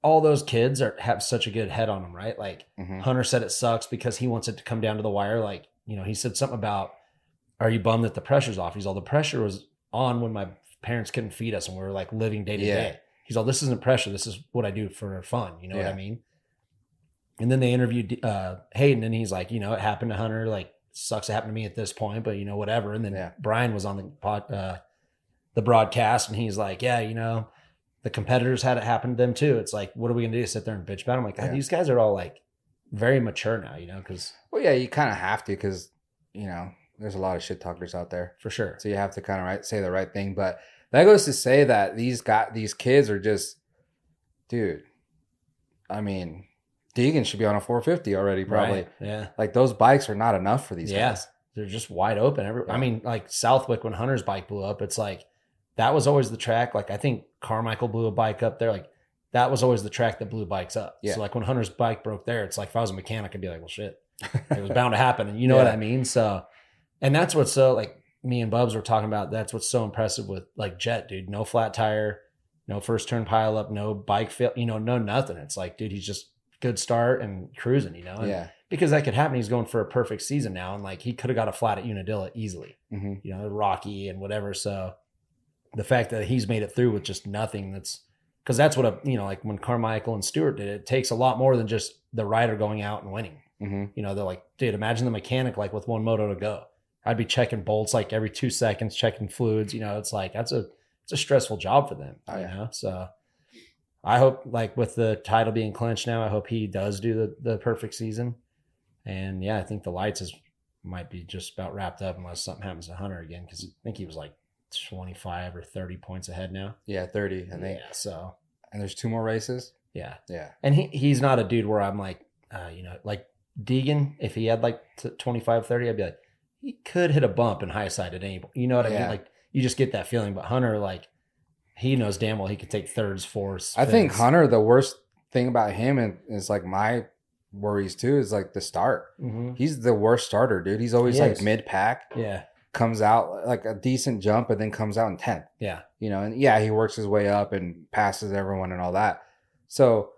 Speaker 2: all those kids are have such a good head on them, right? Like
Speaker 1: Mhm.
Speaker 2: Hunter said it sucks because he wants it to come down to the wire. Like, you know, he said something about, are you bummed that the pressure's off? He's all, the pressure was on when my parents couldn't feed us and we were like living day to
Speaker 1: Yeah.
Speaker 2: day. He's all, this isn't pressure. This is what I do for fun. You know what
Speaker 1: Yeah.
Speaker 2: I mean? And then they interviewed uh, Hayden and he's like, you know, it happened to Hunter. Like, sucks it happened to me at this point, but you know, whatever. And then
Speaker 1: Yeah.
Speaker 2: Brian was on the pod, uh, the broadcast and he's like, yeah, you know, the competitors had it happen to them too. It's like, what are we going to do? Sit there and bitch about it? I'm like, God,
Speaker 1: Yeah.
Speaker 2: these guys are all like very mature now, you know, because
Speaker 1: Well, yeah, you kind of have to because you know there's a lot of shit talkers out there.
Speaker 2: for sure.
Speaker 1: so you have to kind of right, say the right thing. But that goes to say that these got these kids are just, dude. I mean, Deegan should be on a 450 already, probably.
Speaker 2: Right? Yeah.
Speaker 1: Like those bikes are not enough for these
Speaker 2: Yeah.
Speaker 1: guys.
Speaker 2: They're just wide open. Every, I
Speaker 1: Yeah.
Speaker 2: mean, like Southwick, when Hunter's bike blew up, it's like that was always the track. Like, I think Carmichael blew a bike up there. Like, that was always the track that blew bikes up.
Speaker 1: Yeah.
Speaker 2: So, like, when Hunter's bike broke there, it's like if I was a mechanic, I'd be like, well, shit, it was bound to happen. And you know what
Speaker 1: Yeah.
Speaker 2: I mean? So, and that's what's so like me and Bubs were talking about. That's what's so impressive with like Jet, dude. No flat tire, no first turn pile up, no bike fail, you know, no nothing. It's like, dude, he's just good start and cruising, you know? And
Speaker 1: Yeah,
Speaker 2: Because that could happen. He's going for a perfect season now. And like he could have got a flat at Unadilla easily,
Speaker 1: hmm
Speaker 2: you know, rocky and whatever. So the fact that he's made it through with just nothing that's because that's what a you know like when Carmichael and Stewart did it, it takes a lot more than just the rider going out and winning.
Speaker 1: hmm
Speaker 2: You know, they're like, dude, imagine the mechanic like with one moto to go. I'd be checking bolts like every two seconds, checking fluids. You know, it's like that's a it's a stressful job for them.
Speaker 1: Oh, yeah.
Speaker 2: You know, so I hope like with the title being clinched now, I hope he does do the the perfect season. And yeah, I think the lights is might be just about wrapped up unless something happens to Hunter again because I think he was like twenty five or thirty points ahead now.
Speaker 1: Yeah, thirty. And they
Speaker 2: yeah, so
Speaker 1: and there's two more races.
Speaker 2: yeah,
Speaker 1: Yeah.
Speaker 2: and he, he's not a dude where I'm like, uh, you know, like Deegan, if he had like t- 25, 30, I'd be like, he could hit a bump in high side at any point. You know what I mean?
Speaker 1: Yeah.
Speaker 2: Like, you just get that feeling. But Hunter, like, he knows damn well he could take thirds, fours.
Speaker 1: I think
Speaker 2: fifths.
Speaker 1: Hunter, the worst thing about him and is like my worries too, is like the start.
Speaker 2: Mhm.
Speaker 1: He's the worst starter, dude. He's always
Speaker 2: He
Speaker 1: like
Speaker 2: is.
Speaker 1: mid pack,
Speaker 2: Yeah.
Speaker 1: comes out like a decent jump, and then comes out in tenth.
Speaker 2: Yeah.
Speaker 1: you know, and yeah, he works his way up and passes everyone and all that. So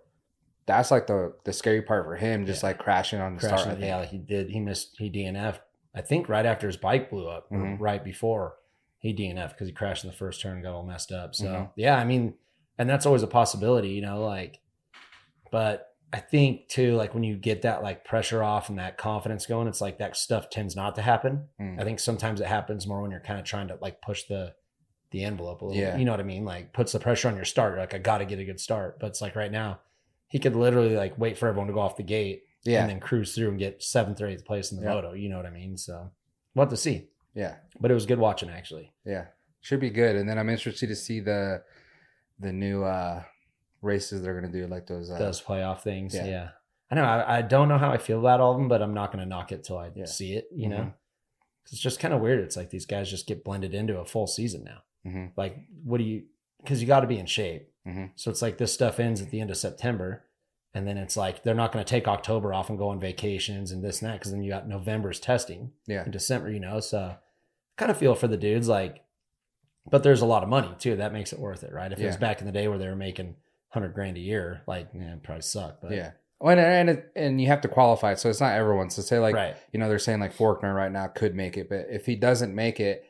Speaker 1: that's like the the scary part for him, just
Speaker 2: Yeah.
Speaker 1: like crashing on the
Speaker 2: Crashing.
Speaker 1: start. I
Speaker 2: yeah.
Speaker 1: think.
Speaker 2: Like he did. He missed, he DNF'd, I think, right after his bike blew up, or
Speaker 1: Mhm.
Speaker 2: right before he DNF'd because he crashed in the first turn and got all messed up. So,
Speaker 1: Mhm.
Speaker 2: yeah, I mean, and that's always a possibility, you know, like, But I think too, like when you get that like pressure off and that confidence going, it's like that stuff tends not to happen.
Speaker 1: Mm.
Speaker 2: I think sometimes it happens more when you're kind of trying to like push the the envelope a little.
Speaker 1: Yeah.
Speaker 2: Bit. You know what I mean? Like puts the pressure on your start. Like I got to get a good start. But it's like right now, he could literally like wait for everyone to go off the gate
Speaker 1: Yeah,
Speaker 2: and then cruise through and get seventh or eighth place in the
Speaker 1: Yeah.
Speaker 2: moto. You know what I mean? So we'll have to see.
Speaker 1: yeah,
Speaker 2: But it was good watching actually.
Speaker 1: yeah. Should be good. And then I'm interested to see the the new uh races they're gonna do, like those. Uh,
Speaker 2: Those playoff things.
Speaker 1: yeah.
Speaker 2: Yeah. I know. I, I don't know how I feel about all of them, but I'm not going to knock it till I
Speaker 1: Yeah.
Speaker 2: see it, you know?
Speaker 1: Mhm.
Speaker 2: 'Cause It's just kind of weird. It's like these guys just get blended into a full season now.
Speaker 1: Mhm.
Speaker 2: Like, what do you, because you got to be in shape.
Speaker 1: Mhm.
Speaker 2: So it's like this stuff ends at the end of September. And then it's like they're not going to take October off and go on vacations and this and that because then you got November's testing
Speaker 1: Yeah.
Speaker 2: in December, you know? So kind of feel for the dudes. Like, but there's a lot of money too. That makes it worth it, right? If it was
Speaker 1: Yeah.
Speaker 2: back in the day where they were making hundred grand a year, like yeah, it probably sucked. But
Speaker 1: Yeah. Well, and and, it, and you have to qualify, so it's not everyone. So say like
Speaker 2: right,
Speaker 1: you know they're saying like Forkner right now could make it, but if he doesn't make it,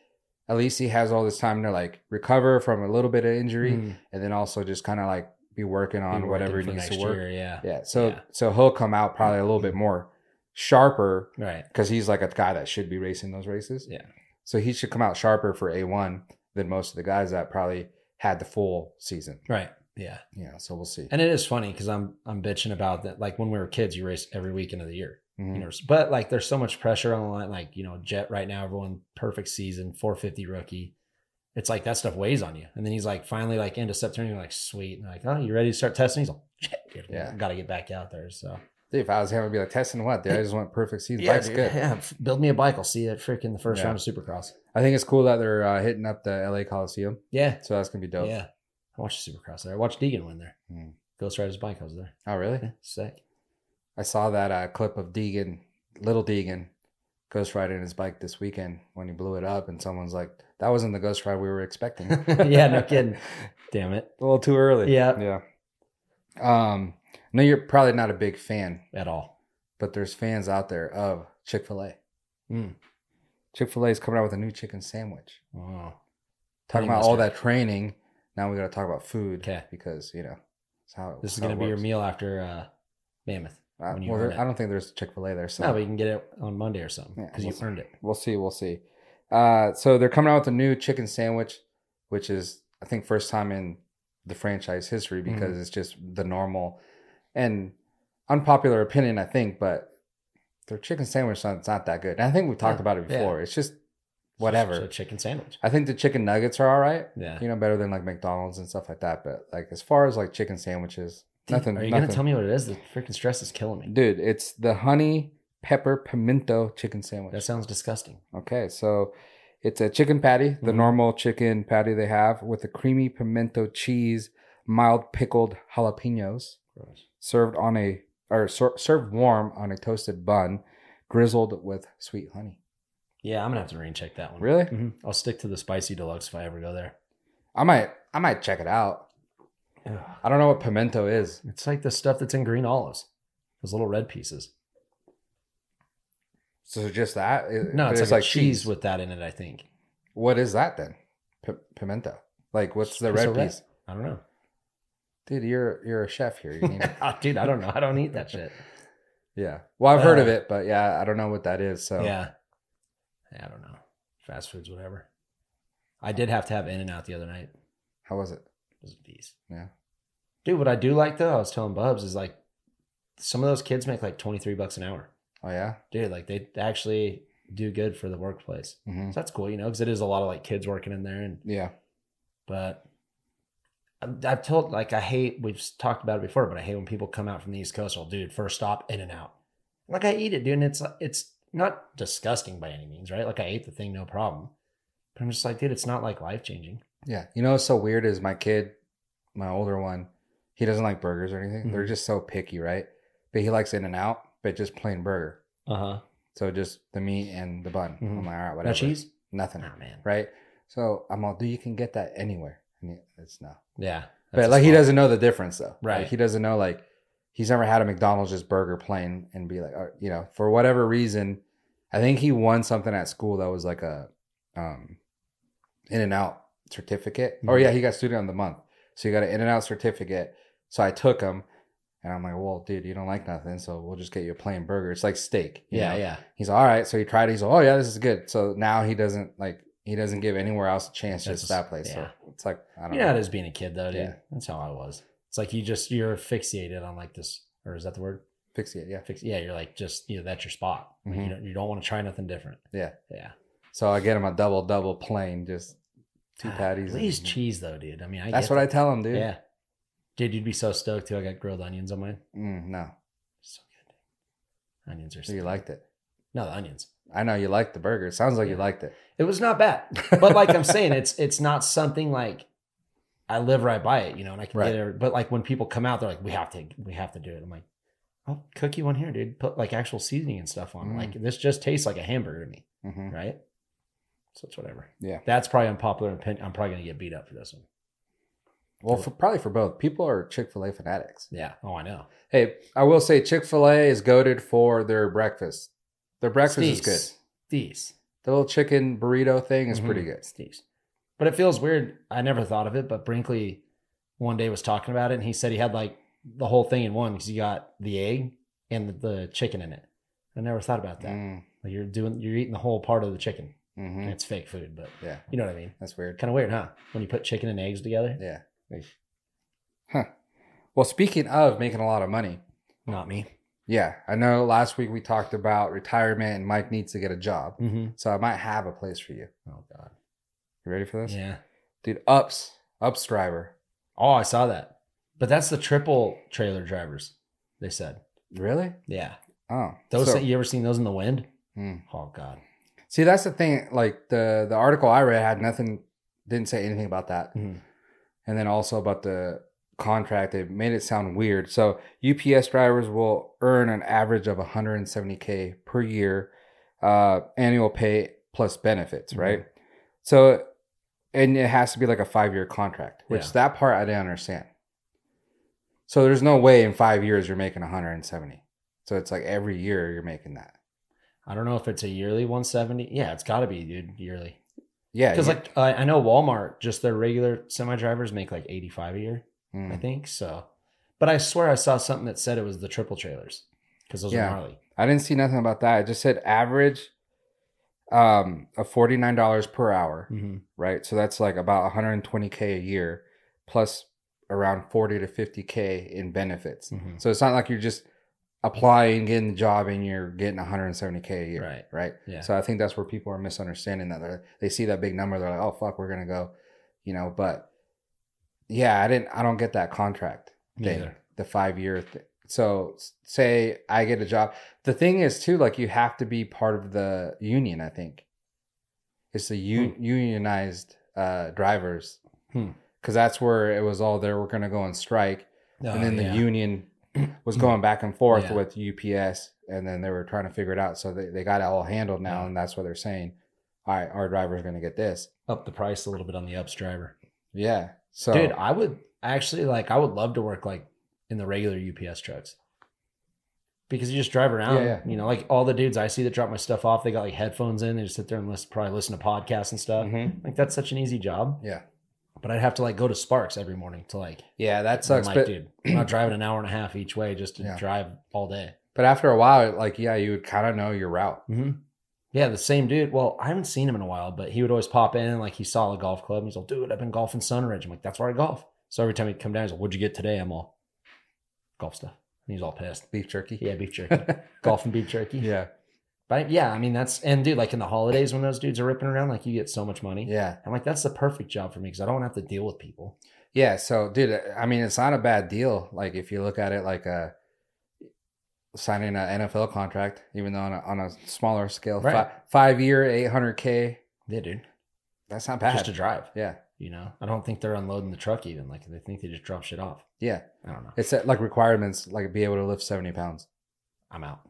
Speaker 1: at least he has all this time to like recover from a little bit of injury,
Speaker 2: Mm.
Speaker 1: and then also just kind of like be working
Speaker 2: Be
Speaker 1: on whatever he
Speaker 2: working for
Speaker 1: needs to
Speaker 2: next
Speaker 1: work.
Speaker 2: year, yeah.
Speaker 1: Yeah. So
Speaker 2: Yeah. Mm-hmm.
Speaker 1: so he'll come out probably a little bit more sharper
Speaker 2: right.
Speaker 1: because he's like a guy that should be racing those races.
Speaker 2: Yeah.
Speaker 1: So he should come out sharper for A one than most of the guys that probably had the full season.
Speaker 2: Right. Yeah.
Speaker 1: Yeah. So we'll see.
Speaker 2: And it is funny because I'm I'm bitching about that. Like when we were kids, you raced every weekend of the year.
Speaker 1: Mhm.
Speaker 2: You know, but like there's so much pressure on the line. Like you know, Jet right now, everyone perfect season, 450 rookie. It's like that stuff weighs on you. And then he's like, finally, like end of September, you're like, sweet. And like, oh, you ready to start testing? He's like,
Speaker 1: Yeah.
Speaker 2: yeah, got to get back out there. So
Speaker 1: Dude, if I was him, I'd be like testing what, dude. I just want perfect season.
Speaker 2: yeah,
Speaker 1: Bike's
Speaker 2: dude.
Speaker 1: good.
Speaker 2: yeah, f- build me a bike. I'll see you at freaking the first
Speaker 1: Yeah.
Speaker 2: round of Supercross.
Speaker 1: I think it's cool that they're uh, hitting up the LA Coliseum.
Speaker 2: Yeah,
Speaker 1: So that's gonna be dope.
Speaker 2: yeah. I watched Supercross there. I watched Deegan win there.
Speaker 1: Hmm.
Speaker 2: Ghost Rider's bike. I was there.
Speaker 1: Oh, really?
Speaker 2: Yeah, sick.
Speaker 1: I saw that uh, clip of Deegan, little Deegan, ghost riding his bike this weekend when he blew it up, and someone's like, "That wasn't the ghost ride we were expecting."
Speaker 2: Yeah, no kidding. Damn it.
Speaker 1: a little too early. yeah.
Speaker 2: Yeah.
Speaker 1: Um, no, you're probably not a big fan,
Speaker 2: At all.
Speaker 1: but there's fans out there of Chick Fil A.
Speaker 2: Mm.
Speaker 1: Chick Fil A is coming out with a new chicken sandwich.
Speaker 2: Wow.
Speaker 1: Talking
Speaker 2: Honey
Speaker 1: about all
Speaker 2: mustard.
Speaker 1: that training, now we got to talk about food,
Speaker 2: Okay.
Speaker 1: Because you know, it's how
Speaker 2: This is
Speaker 1: how
Speaker 2: going to
Speaker 1: it
Speaker 2: be your
Speaker 1: works.
Speaker 2: meal after uh, Mammoth.
Speaker 1: Uh,
Speaker 2: when you
Speaker 1: well,
Speaker 2: earn
Speaker 1: there-
Speaker 2: it.
Speaker 1: I don't think there's Chick Fil A there, so
Speaker 2: No, but you can get it on Monday or something
Speaker 1: Yeah,
Speaker 2: because
Speaker 1: we'll
Speaker 2: you
Speaker 1: see.
Speaker 2: earned it.
Speaker 1: we'll see. We'll see. Uh, so they're coming out with a new chicken sandwich, which is I think first time in the franchise history
Speaker 2: Mm-hmm.
Speaker 1: because it's just the normal and unpopular opinion I think, but their chicken sandwich sounds not that good. And I think we've talked
Speaker 2: Yeah,
Speaker 1: about it
Speaker 2: yeah.
Speaker 1: before. It's just
Speaker 2: It's
Speaker 1: whatever.
Speaker 2: just a chicken sandwich.
Speaker 1: I think the chicken nuggets are all right.
Speaker 2: Yeah.
Speaker 1: You know, better than like McDonald's and stuff like that. But like as far as like chicken sandwiches, nothing.
Speaker 2: Are you
Speaker 1: nothing.
Speaker 2: going to tell me what it is? The freaking stress is killing me.
Speaker 1: Dude, it's the honey pepper pimento chicken sandwich.
Speaker 2: That sounds disgusting.
Speaker 1: Okay, so it's a chicken patty, the
Speaker 2: Mhm.
Speaker 1: normal chicken patty they have with a creamy pimento cheese, mild pickled jalapenos,
Speaker 2: Gross.
Speaker 1: served on a or ser- served warm on a toasted bun, grizzled with sweet honey.
Speaker 2: Yeah, I'm going to have to rain check that one.
Speaker 1: Really?
Speaker 2: Mhm. I'll stick to the spicy deluxe if I ever go there.
Speaker 1: I might I might check it out. I don't know what pimento is.
Speaker 2: It's like the stuff that's in green olives, those little red pieces.
Speaker 1: So just that? It-
Speaker 2: No,
Speaker 1: but
Speaker 2: it's, like, a cheese, with that in it, I think.
Speaker 1: What is that then? P- pimento. Like what's the
Speaker 2: It's
Speaker 1: red
Speaker 2: a red-
Speaker 1: piece?
Speaker 2: I don't know.
Speaker 1: Dude, you're you're a chef here. You need
Speaker 2: Oh, Dude, I don't know. I don't eat that shit.
Speaker 1: Yeah. Well, I've heard of
Speaker 2: Uh,
Speaker 1: it, but yeah, I don't know what that is. So
Speaker 2: Yeah. I don't know. Fast foods, whatever. I did have to have In and Out the other night.
Speaker 1: How was it?
Speaker 2: It was a beast.
Speaker 1: Yeah.
Speaker 2: Dude, what I do like though, I was telling Bubs, is like some of those kids make like 23 bucks an hour.
Speaker 1: Oh yeah.
Speaker 2: Dude, like they actually do good for the workplace.
Speaker 1: hmm
Speaker 2: So that's cool, you know, because it is a lot of like kids working in there. And,
Speaker 1: Yeah.
Speaker 2: but I'm- I've told, like, I hate, we've talked about it before, but I hate when people come out from the East Coast, well, dude, first stop, In and Out. Like I eat it, dude. And it's, it's not disgusting by any means, right? Like I ate the thing, no problem. But I'm just like, dude, it's not like life changing.
Speaker 1: Yeah. You know what's so weird is my kid, my older one, he doesn't like burgers or anything.
Speaker 2: Mm-hmm.
Speaker 1: They're just so picky, right? But he likes In and Out, but just plain burger.
Speaker 2: Uh huh.
Speaker 1: So just the meat and the bun.
Speaker 2: Mhm.
Speaker 1: I'm like, all right, Uh-huh. whatever.
Speaker 2: No cheese?
Speaker 1: Nothing.
Speaker 2: Nah, man.
Speaker 1: Right. So I'm all, dude, you can get that anywhere. And he- it's no.
Speaker 2: Yeah. that's
Speaker 1: But
Speaker 2: a
Speaker 1: like he
Speaker 2: small-
Speaker 1: doesn't know the difference though. Like,
Speaker 2: Right.
Speaker 1: he doesn't know like he's never had a McDonald's just burger plain and be like, or, you know, for whatever reason, I think he won something at school that was like a um in and out certificate. Oh
Speaker 2: Mhm.
Speaker 1: yeah, he got student of the month. So he got an in and out certificate. So I took him and I'm like, well, dude, you don't like nothing, so we'll just get you a plain burger. It's like steak. you
Speaker 2: Yeah,
Speaker 1: know?
Speaker 2: yeah.
Speaker 1: He's like, all right. So he tried it. He's like, oh yeah, this is good. So now he doesn't like he doesn't give anywhere else a chance,
Speaker 2: That's-
Speaker 1: just that place. So
Speaker 2: yeah.
Speaker 1: it's like I don't
Speaker 2: You know how
Speaker 1: know.
Speaker 2: it is being a kid though, dude.
Speaker 1: Yeah.
Speaker 2: That's how I was. It's like you just you're asphyxiated on like this, or is that the word?
Speaker 1: Fix it, yeah.
Speaker 2: Fix. Yeah, you're like just you know that's your spot. Like,
Speaker 1: Mhm.
Speaker 2: You don't you don't want to try nothing different.
Speaker 1: Yeah.
Speaker 2: yeah.
Speaker 1: So I get him a double double plain, just two
Speaker 2: Ah,
Speaker 1: patties.
Speaker 2: At least
Speaker 1: and-
Speaker 2: cheese though, dude. I mean, I
Speaker 1: That's
Speaker 2: get
Speaker 1: what I tell him,
Speaker 2: that.
Speaker 1: dude.
Speaker 2: Yeah, dude, you'd be so stoked too. I got grilled onions on mine.
Speaker 1: Mm, no,
Speaker 2: So good. Onions are
Speaker 1: so
Speaker 2: so
Speaker 1: you liked it.
Speaker 2: no the onions.
Speaker 1: I know you liked the burger. It sounds like you
Speaker 2: Yeah.
Speaker 1: liked it.
Speaker 2: It was not bad, but like I'm saying, it's it's not something like I live right by it, you know, and I can
Speaker 1: Right.
Speaker 2: get it. But like when people come out, they're like, we have to, we have to do it. I'm like, I'll cook you one here, dude. Put like actual seasoning and stuff on. it.
Speaker 1: Mm.
Speaker 2: Like this just tastes like a hamburger to me,
Speaker 1: hmm
Speaker 2: right? So it's whatever.
Speaker 1: Yeah.
Speaker 2: that's probably unpopular opinion. I'm probably gonna get beat up for this one.
Speaker 1: Well, for, probably for both. People are Chick Fil A fanatics.
Speaker 2: Yeah. Oh, I know.
Speaker 1: Hey, I will say Chick Fil A is goaded for their breakfast. Their breakfast is good.
Speaker 2: These
Speaker 1: The little chicken burrito thing is pretty
Speaker 2: Mm-hmm.
Speaker 1: good.
Speaker 2: Steve's. But it feels weird. I never thought of it, but Brinkley one day was talking about it and he said he had like the whole thing in one because he got the egg and the, the chicken in it. I never thought about
Speaker 1: Mm.
Speaker 2: that. Like you're doing, you're eating the whole part of the chicken.
Speaker 1: Mm-hmm.
Speaker 2: And it's fake food, but
Speaker 1: Yeah,
Speaker 2: you know what I mean?
Speaker 1: that's weird.
Speaker 2: Kind of weird, huh? When you put chicken and eggs together.
Speaker 1: Yeah. Huh. Well, speaking of making a lot of money,
Speaker 2: Not me.
Speaker 1: yeah, I know last week we talked about retirement and Mike needs to get a job.
Speaker 2: Mm-hmm.
Speaker 1: So I might have a place for you.
Speaker 2: Oh God.
Speaker 1: You ready for this?
Speaker 2: Yeah.
Speaker 1: Dude, ups, ups driver.
Speaker 2: Oh, I saw that. But that's the triple trailer drivers. They said.
Speaker 1: Really?
Speaker 2: Yeah.
Speaker 1: Oh.
Speaker 2: Those.
Speaker 1: so-
Speaker 2: you ever seen those in the wind?
Speaker 1: Hmm.
Speaker 2: Oh God.
Speaker 1: See, that's the thing. Like the the article I read had nothing didn't say anything about that.
Speaker 2: Mhm.
Speaker 1: And then also about the contract, it made it sound weird. So UPS drivers will earn an average of 170k per year, uh, annual pay plus benefits,
Speaker 2: Mhm.
Speaker 1: right? So and it has to be like a five year contract, which
Speaker 2: Yeah.
Speaker 1: that part I didn't understand. So there's no way in five years you're making 170. So it's like every year you're making that.
Speaker 2: I don't know if it's a yearly 170. Yeah, it's got to be, dude, yearly.
Speaker 1: Yeah,
Speaker 2: Because
Speaker 1: you-
Speaker 2: like I I know Walmart, just their regular semi drivers make like 85 a year,
Speaker 1: Mm.
Speaker 2: I think. So, but I swear I saw something that said it was the triple trailers because those
Speaker 1: Yeah.
Speaker 2: are gnarly.
Speaker 1: I didn't see nothing about that. It just said average um of forty nine dollars per hour, right? So that's like about one hundred and twenty k a year, plus around forty to fifty k in benefits.
Speaker 2: Mhm.
Speaker 1: So it's not like you're just applying, getting the job, and you're getting one hundred and seventy k a year,
Speaker 2: Right.
Speaker 1: right?
Speaker 2: Yeah.
Speaker 1: So I think that's where people are misunderstanding that they they see that big number, they're like, oh fuck, we're gonna go, you know. But yeah, I didn't, I don't get that contract
Speaker 2: Me
Speaker 1: thing,
Speaker 2: either.
Speaker 1: the five year thing. So s- say I get a job. The thing is too, like you have to be part of the union. I think it's the u- unionized uh, drivers because
Speaker 2: Hmm.
Speaker 1: that's where it was all there. We're going to go on strike, and then the
Speaker 2: Oh, yeah.
Speaker 1: union was going back and forth
Speaker 2: Yeah.
Speaker 1: with UPS, and then they were trying to figure it out. So they, they got it all handled now,
Speaker 2: Yeah.
Speaker 1: and that's what they're saying. All right, our driver's going to get this.
Speaker 2: up the price a little bit on the ups driver.
Speaker 1: Yeah. So
Speaker 2: Dude, uh, I would actually like, I would love to work like in the regular UPS trucks because you just drive around,
Speaker 1: Yeah, yeah.
Speaker 2: you know, like all the dudes I see that drop my stuff off, they got like headphones in, they just sit there and listen, probably listen to podcasts and stuff.
Speaker 1: Mhm.
Speaker 2: Like that's such an easy job.
Speaker 1: Yeah.
Speaker 2: But I'd have to like go to Sparks every morning to like.
Speaker 1: yeah, that
Speaker 2: Sucks,
Speaker 1: sucks.
Speaker 2: like,
Speaker 1: but
Speaker 2: dude, I'm not driving an hour and a half each way just to
Speaker 1: Yeah.
Speaker 2: drive all day.
Speaker 1: but after a while, like yeah, you would kind of know your route.
Speaker 2: Mm-hmm. Yeah, the same dude. Well, I haven't seen him in a while, but he would always pop in like he saw a golf club. And he's like, dude, I've been golfing Sunridge. I'm like, that's where I golf. So every time he'd come down, he's like, what'd you get today? I'm all golf stuff. And he's all pissed.
Speaker 1: Beef jerky.
Speaker 2: Yeah, beef jerky, golf and beef jerky.
Speaker 1: yeah.
Speaker 2: But yeah, I mean, that's, and dude, like in the holidays when those dudes are ripping around, like you get so much money.
Speaker 1: Yeah.
Speaker 2: I'm like, that's the perfect job for me because I don't have to deal with people.
Speaker 1: Yeah. So, dude, uh, I mean, it's not a bad deal. Like, if you look at it like a signing an NFL contract, even though on a, on a smaller scale,
Speaker 2: Right.
Speaker 1: fi- five year, 800K,
Speaker 2: Yeah, dude.
Speaker 1: that's not bad.
Speaker 2: Just to drive.
Speaker 1: yeah.
Speaker 2: You know, I don't think they're unloading the truck even. Like they think they just drop shit off.
Speaker 1: Yeah.
Speaker 2: I don't know.
Speaker 1: It's uh, like requirements, like be able to lift 70 pounds.
Speaker 2: I'm out.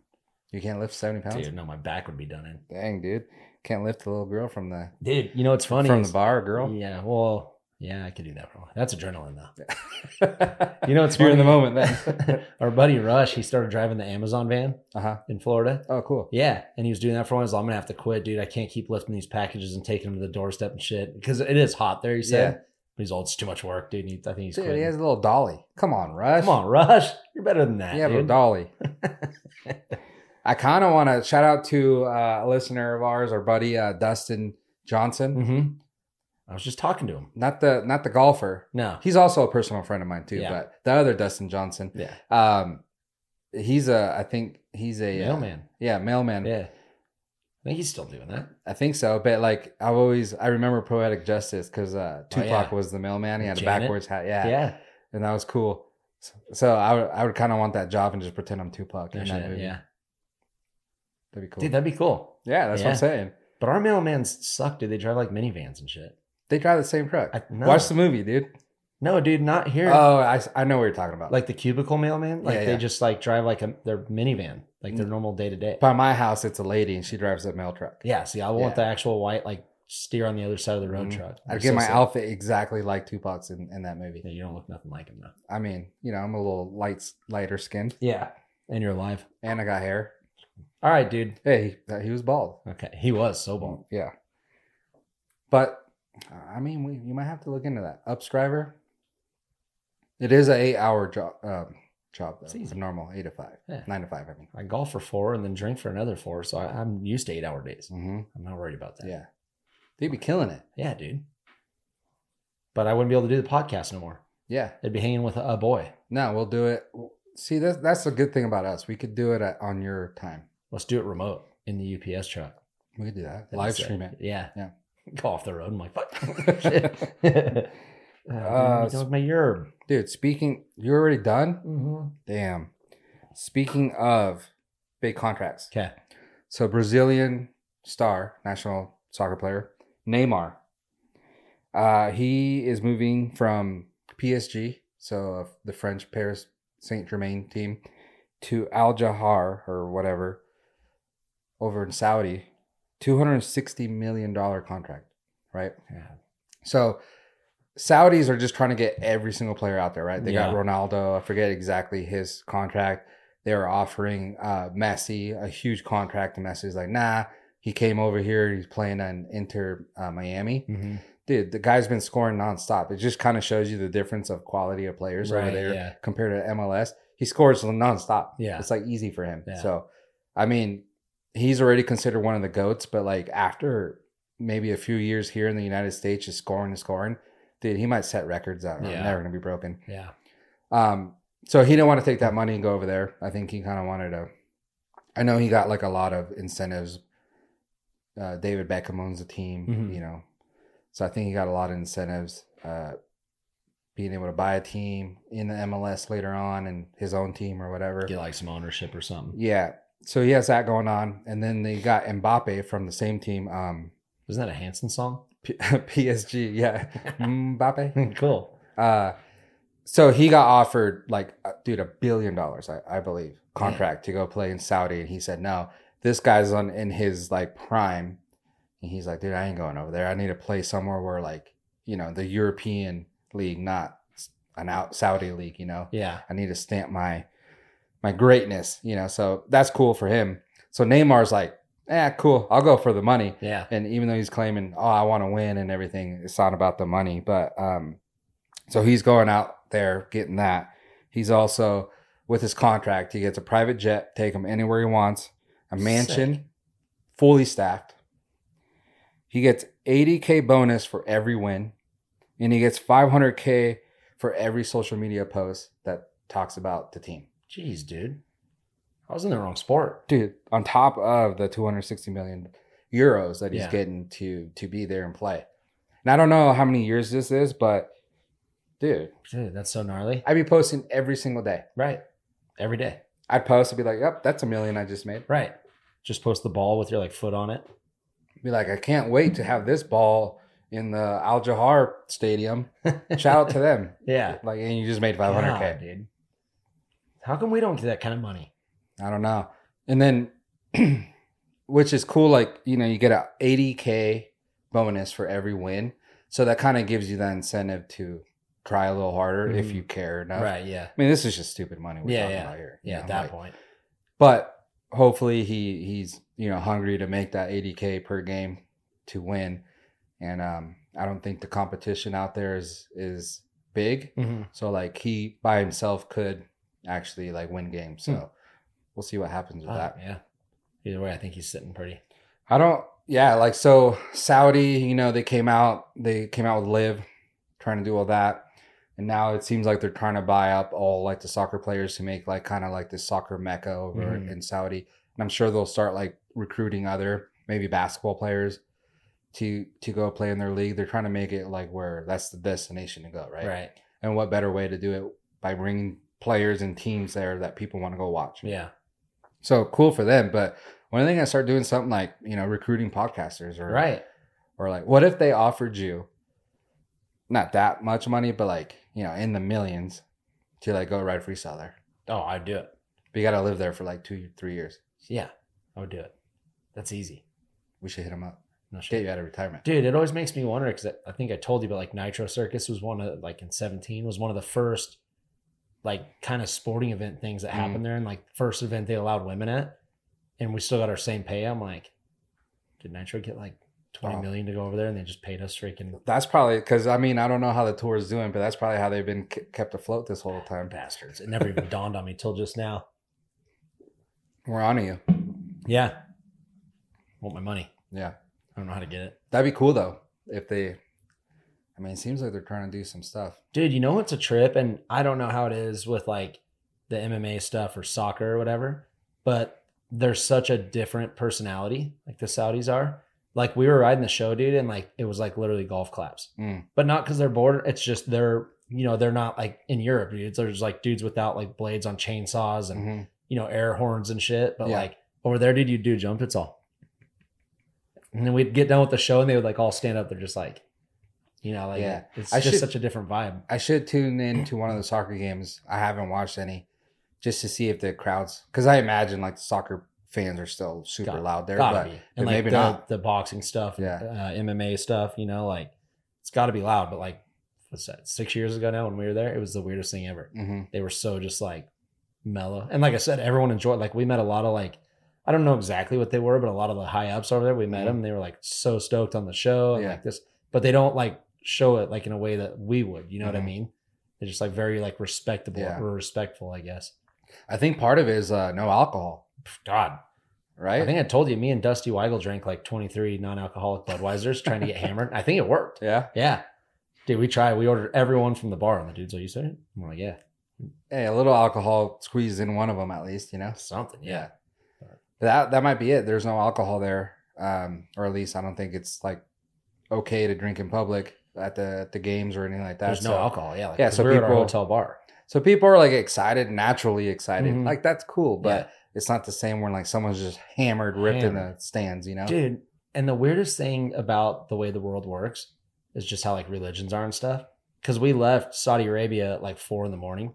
Speaker 1: You can't lift 70 pounds?
Speaker 2: Dude, no, my back would be done in.
Speaker 1: Dang, dude. Can't lift the little girl from the
Speaker 2: Dude, you know what's funny?
Speaker 1: from
Speaker 2: is-
Speaker 1: the bar, girl.
Speaker 2: Yeah, well, yeah, I could do that for a while. That's adrenaline though.
Speaker 1: you
Speaker 2: You know what's
Speaker 1: you're
Speaker 2: funny?
Speaker 1: in the moment then.
Speaker 2: Our buddy Rush, he started driving the Amazon van
Speaker 1: uh huh.
Speaker 2: in Florida.
Speaker 1: Oh, cool.
Speaker 2: Yeah, and he was doing that for a while. He's like, I'm gonna have to quit, dude. I can't keep lifting these packages and taking them to the doorstep and shit because it is hot there. He
Speaker 1: Yeah.
Speaker 2: said, but he's all, it's too much work, dude. And he, I think he's
Speaker 1: Dude,
Speaker 2: quitting.
Speaker 1: he has a little dolly. Come on, Rush.
Speaker 2: Come on, Rush, you're better than that,
Speaker 1: Yeah, but
Speaker 2: dude.
Speaker 1: dolly. I kind of want to shout out to uh, a listener of ours, our buddy uh, Dustin Johnson.
Speaker 2: hmm I was just talking to him.
Speaker 1: Not the not the golfer.
Speaker 2: No,
Speaker 1: He's also a personal friend of mine too,
Speaker 2: Yeah.
Speaker 1: but the other Dustin Johnson.
Speaker 2: yeah,
Speaker 1: Um, he's a I think he's a uh,
Speaker 2: mailman.
Speaker 1: yeah, mailman.
Speaker 2: Yeah, I think he's still doing that.
Speaker 1: I think so, but like I've always I remember poetic justice because uh,
Speaker 2: Oh, yeah.
Speaker 1: Tupac was the mailman. He had
Speaker 2: Janet.
Speaker 1: a backwards hat, yeah,
Speaker 2: Yeah,
Speaker 1: and that was cool. So, so I would I would kind of want that job and just pretend I'm Tupac
Speaker 2: yeah,
Speaker 1: in that movie.
Speaker 2: yeah.
Speaker 1: That'd be cool.
Speaker 2: dude, that'd be cool.
Speaker 1: yeah, that's what
Speaker 2: Yeah.
Speaker 1: I'm saying.
Speaker 2: But our mailmans suck, dude. They drive like minivans and shit.
Speaker 1: They drive the same truck.
Speaker 2: I, no,
Speaker 1: Watch the movie, dude.
Speaker 2: no, dude, not here.
Speaker 1: Oh, I, I know what you're talking about. Like
Speaker 2: like the cubicle mailman, like
Speaker 1: Yeah, Mm.
Speaker 2: they
Speaker 1: yeah.
Speaker 2: just like drive like a, their minivan, like their normal day to day.
Speaker 1: by my house, it's a lady and she drives a mail truck.
Speaker 2: Yeah, see, I want
Speaker 1: Yeah.
Speaker 2: the actual white like steer on the other side of the road
Speaker 1: Mhm.
Speaker 2: truck.
Speaker 1: I
Speaker 2: You're
Speaker 1: get
Speaker 2: so
Speaker 1: my
Speaker 2: sick.
Speaker 1: outfit exactly like Tupac's in, in that movie.
Speaker 2: Yeah, you don't look nothing like him though.
Speaker 1: I mean, you know, I'm a little light lighter skinned
Speaker 2: Yeah, and you're alive.
Speaker 1: and I got hair.
Speaker 2: All right, dude.
Speaker 1: Hey, he, he was bald.
Speaker 2: Okay, he was so bald.
Speaker 1: Yeah. But I mean, we, you might have to look into that. Upscriver. It is a eight hour job. Um, job though,
Speaker 2: It's easy.
Speaker 1: from normal eight to five,
Speaker 2: Yeah.
Speaker 1: nine to five. I mean.
Speaker 2: I golf for four and then drink for another four, so I, I'm used to eight hour days.
Speaker 1: hmm
Speaker 2: I'm not worried about that.
Speaker 1: Yeah. They'd be killing it.
Speaker 2: yeah, dude. But I wouldn't be able to do the podcast no more.
Speaker 1: Yeah.
Speaker 2: I'd be hanging with a, a boy.
Speaker 1: No, we'll do it. See, that's that's the good thing about us. We could do it at, on your time.
Speaker 2: Let's do it remote in the UPS truck.
Speaker 1: We could do that.
Speaker 2: That'd be
Speaker 1: Live
Speaker 2: sick.
Speaker 1: stream it.
Speaker 2: Yeah.
Speaker 1: Yeah.
Speaker 2: Go off the road. I'm like, fuck. Shit. Uh,
Speaker 1: Uh,
Speaker 2: dude, with my yerb.
Speaker 1: Dude, speaking, you're already done? Damn. Speaking of big contracts.
Speaker 2: Okay.
Speaker 1: So Brazilian star, national soccer player Neymar. Uh, he is moving from PSG, so uh, the French Paris Saint Germain team, to Al Jahar or whatever, over in Saudi, two hundred sixty million dollar contract, right? So Saudis are just trying to get every single player out there, right? They got
Speaker 2: Yeah.
Speaker 1: Ronaldo. I forget exactly his contract. They were offering uh, Messi a huge contract, and Messi's like, "Nah." He came over here. He's playing on Inter uh, Miami.
Speaker 2: Mm-hmm.
Speaker 1: Dude, the guy's been scoring nonstop. It just kind of shows you the difference of quality of players over
Speaker 2: Right,
Speaker 1: there
Speaker 2: yeah.
Speaker 1: compared to MLS. He scores nonstop.
Speaker 2: Yeah.
Speaker 1: it's like easy for him.
Speaker 2: Yeah.
Speaker 1: So, I mean, he's already considered one of the goats. But like after maybe a few years here in the United States, just scoring and scoring, dude, he might set records that are
Speaker 2: Yeah.
Speaker 1: never gonna be broken.
Speaker 2: Yeah.
Speaker 1: Um, so he didn't want to take that money and go over there. I think he kind of wanted to. I know he got like a lot of incentives. Uh, David Beckham owns the team,
Speaker 2: Mhm.
Speaker 1: you know, so I think he got a lot of incentives. Uh, being able to buy a team in the MLS later on and his own team or whatever.
Speaker 2: Get like some ownership or something.
Speaker 1: Yeah. So he has that going on, and then they got Mbappe from the same team, um,
Speaker 2: Isn't that a Hanson song?
Speaker 1: P- PSG. Yeah, Mbappe.
Speaker 2: cool.
Speaker 1: Uh, so he got offered like, uh, dude, a billion dollars, I, I believe, contract to go play in Saudi, and he said no. This guy's on in his like prime, and he's like, dude, I ain't going over there. I need to play somewhere where like, you know, the European league, not an out Saudi league. You know,
Speaker 2: Yeah.
Speaker 1: I need to stamp my my greatness. You know, so that's cool for him. So Neymar's like, yeah, cool. I'll go for the money.
Speaker 2: Yeah.
Speaker 1: And even though he's claiming, oh, I want to win and everything, it's not about the money. But um, so he's going out there getting that. He's also with his contract, he gets a private jet, take him anywhere he wants, a mansion, fully staffed. He gets 80k bonus for every win, and he gets 500k for every social media post that talks about the team.
Speaker 2: Jeez, dude. I was in the wrong sport.
Speaker 1: Dude, on top of the 260 million euros that he's
Speaker 2: Yeah.
Speaker 1: getting to to be there and play. And I don't know how many years this is, but dude,
Speaker 2: Dude, that's so gnarly.
Speaker 1: I'd be posting every single day.
Speaker 2: Right. Every day.
Speaker 1: I'd post and be like, "Yep, that's a million I just made."
Speaker 2: Right. Just post the ball with your like foot on it.
Speaker 1: Be like, "I can't wait to have this ball in the Al Jahar Stadium." Shout out to them.
Speaker 2: yeah.
Speaker 1: Like, and you just made 500k.
Speaker 2: God, dude. How come we don't get that kind of money?
Speaker 1: I don't know. And then, which is cool, like, you know, you get a 80K bonus for every win. So that kind of gives you that incentive to try a little harder if
Speaker 2: Mhm.
Speaker 1: you care enough.
Speaker 2: Right. Yeah.
Speaker 1: I mean, this is just stupid money we're
Speaker 2: Yeah,
Speaker 1: talking
Speaker 2: yeah.
Speaker 1: about here. you
Speaker 2: Yeah.
Speaker 1: know,
Speaker 2: at that
Speaker 1: like-
Speaker 2: point.
Speaker 1: But hopefully he he's, you know, hungry to make that 80K per game to win. And um, I don't think the competition out there is is big. So like he by himself could actually like win games. So we'll see what happens with
Speaker 2: Oh,
Speaker 1: that.
Speaker 2: yeah. Either way, I think he's sitting pretty.
Speaker 1: I don't. Yeah, like so Saudi, you know, they came out, they came out with Live, trying to do all that, and now it seems like they're trying to buy up all like the soccer players to make like kind of like this soccer mecca over
Speaker 2: Mhm.
Speaker 1: in Saudi, and I'm sure they'll start like recruiting other maybe basketball players to to go play in their league. They're trying to make it like where that's the destination to go, right?
Speaker 2: Right.
Speaker 1: And what better way to do it by bringing players and teams there that people want to go watch?
Speaker 2: Yeah.
Speaker 1: So cool for them. But when are they gonna start doing something like you know recruiting podcasters or
Speaker 2: Right.
Speaker 1: or like what if they offered you not that much money but like you know in the millions to like go ride freestyle there?
Speaker 2: Oh, I'd do it.
Speaker 1: But you gotta live there for like two three years.
Speaker 2: Yeah. I would do it. That's easy.
Speaker 1: We should hit them up.
Speaker 2: No shit.
Speaker 1: Get you out of retirement.
Speaker 2: Dude, it always makes me wonder because I think I told you, but like Nitro Circus was one of like in seventeen was one of the first like kind of sporting event things that
Speaker 1: Mm.
Speaker 2: happened there, and like first event they allowed women at, and we still got our same pay. I'm like, did Nitro get like twenty
Speaker 1: Oh.
Speaker 2: million to go over there, and they just paid us freaking
Speaker 1: That's probably because I mean I don't know how the tour is doing, but that's probably how they've been k- kept afloat this whole time.
Speaker 2: bastards? It never even dawned on me till just now.
Speaker 1: We're on to you.
Speaker 2: Yeah, want my money?
Speaker 1: Yeah,
Speaker 2: I don't know how to get it,
Speaker 1: that'd be cool though if they. I mean, it seems like they're trying to do some stuff.
Speaker 2: dude. You know it's a trip, and I don't know how it is with like the MMA stuff or soccer or whatever, but they're such a different personality. Like the Saudis are. Like we were riding the show, dude, and like it was like literally golf claps,
Speaker 1: Mm.
Speaker 2: but not because they're bored. It's just they're you know they're not like in Europe, dudes. They're just like dudes without like blades on chainsaws and
Speaker 1: Mhm.
Speaker 2: you know air horns and shit. But
Speaker 1: Yeah.
Speaker 2: like over there, dude, you do jump. It's all. And then we'd get done with the show, and they would like all stand up. They're just like, you know, like
Speaker 1: Yeah.
Speaker 2: it's
Speaker 1: I
Speaker 2: just
Speaker 1: should-
Speaker 2: such a different vibe.
Speaker 1: I should tune in to one of the soccer games. I haven't watched any, just to see if the crowds. Because I imagine like soccer fans are still super
Speaker 2: Got-
Speaker 1: loud there.
Speaker 2: gotta
Speaker 1: But
Speaker 2: be. And like
Speaker 1: maybe
Speaker 2: the,
Speaker 1: not.
Speaker 2: the boxing stuff,
Speaker 1: Yeah.
Speaker 2: uh, MMA stuff, you know, like it's got to be loud. But like, what's that? Six years ago now, when we were there, it was the weirdest thing ever.
Speaker 1: Mhm.
Speaker 2: They were so just like mellow, and like I said, everyone enjoyed. Like we met a lot of like. I don't know exactly what they were, but a lot of the high ups over there, we met
Speaker 1: Mhm.
Speaker 2: them. And they were like so stoked on the show and
Speaker 1: Yeah.
Speaker 2: like this, but they don't like show it like in a way that we would. You know what
Speaker 1: Mhm.
Speaker 2: I mean? They're just like very like respectable
Speaker 1: Yeah.
Speaker 2: or respectful, I guess.
Speaker 1: I think part of it is uh, no alcohol,
Speaker 2: God,
Speaker 1: right?
Speaker 2: I think I told you, me and Dusty Weigel drank like 23 non alcoholic Budweiser's trying to get hammered. I think it worked.
Speaker 1: yeah.
Speaker 2: Yeah. Dude, we tried. We ordered everyone from the bar. And the dude's like, You said it? I'm like, Yeah.
Speaker 1: Hey, a little alcohol squeezed in one of them at least, you know.
Speaker 2: Something. Yeah.
Speaker 1: Yeah. That that might be it. There's no alcohol there, um, or at least I don't think it's like okay to drink in public at the at the games or anything like that.
Speaker 2: There's no
Speaker 1: So-
Speaker 2: alcohol. Yeah. Like,
Speaker 1: Yeah,
Speaker 2: 'cause
Speaker 1: so
Speaker 2: we were at our
Speaker 1: people-
Speaker 2: hotel bar.
Speaker 1: So people are like excited, naturally excited.
Speaker 2: Mhm.
Speaker 1: Like that's cool, but
Speaker 2: Yeah.
Speaker 1: it's not the same when like someone's just hammered, ripped in
Speaker 2: Hammered.
Speaker 1: the stands, you know?
Speaker 2: Dude, and the weirdest thing about the way the world works is just how like religions are and stuff. Because we left Saudi Arabia at like four in the morning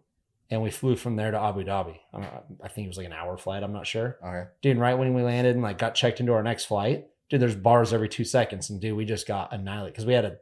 Speaker 2: and we flew from there to Abu Dhabi. I, don't, I think it was like an hour flight. I'm not sure.
Speaker 1: Okay.
Speaker 2: dude, right when we landed and like got checked into our next flight, dude, there's bars every two seconds. And dude, we just got annihilated because we had a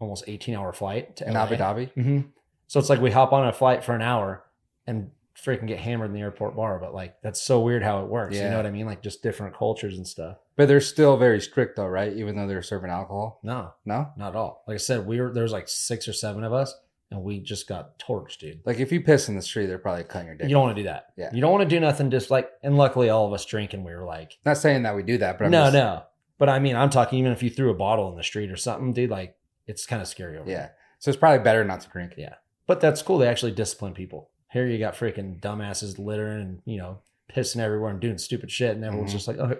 Speaker 2: almost 18 hour flight to
Speaker 1: In
Speaker 2: LA.
Speaker 1: Abu Dhabi?
Speaker 2: Mhm. So it's like we hop on a flight for an hour and freaking get hammered in the airport bar. But like, that's so weird how it works. You
Speaker 1: Yeah.
Speaker 2: know what I mean? Like just different cultures and stuff.
Speaker 1: But they're still very strict though, right? Even though they're serving alcohol.
Speaker 2: No,
Speaker 1: No?
Speaker 2: not at all. Like I said, we were, there was like six or seven of us. and we just got torched, dude.
Speaker 1: Like if you piss in the street, they're probably cutting your dick.
Speaker 2: You don't want to do that.
Speaker 1: Yeah.
Speaker 2: You don't want to do nothing just like, and luckily all of us drink and we were like,
Speaker 1: Not saying that we do that, but I'm
Speaker 2: no,
Speaker 1: just,
Speaker 2: no. But I mean, I'm talking even if you threw a bottle in the street or something, dude, like it's kind of scary over
Speaker 1: Yeah.
Speaker 2: there.
Speaker 1: So it's probably better not to drink.
Speaker 2: Yeah. But that's cool. They actually discipline people. Here you got freaking dumbasses littering and, you know, pissing everywhere and doing stupid shit. And everyone's
Speaker 1: Mhm.
Speaker 2: just like, oh,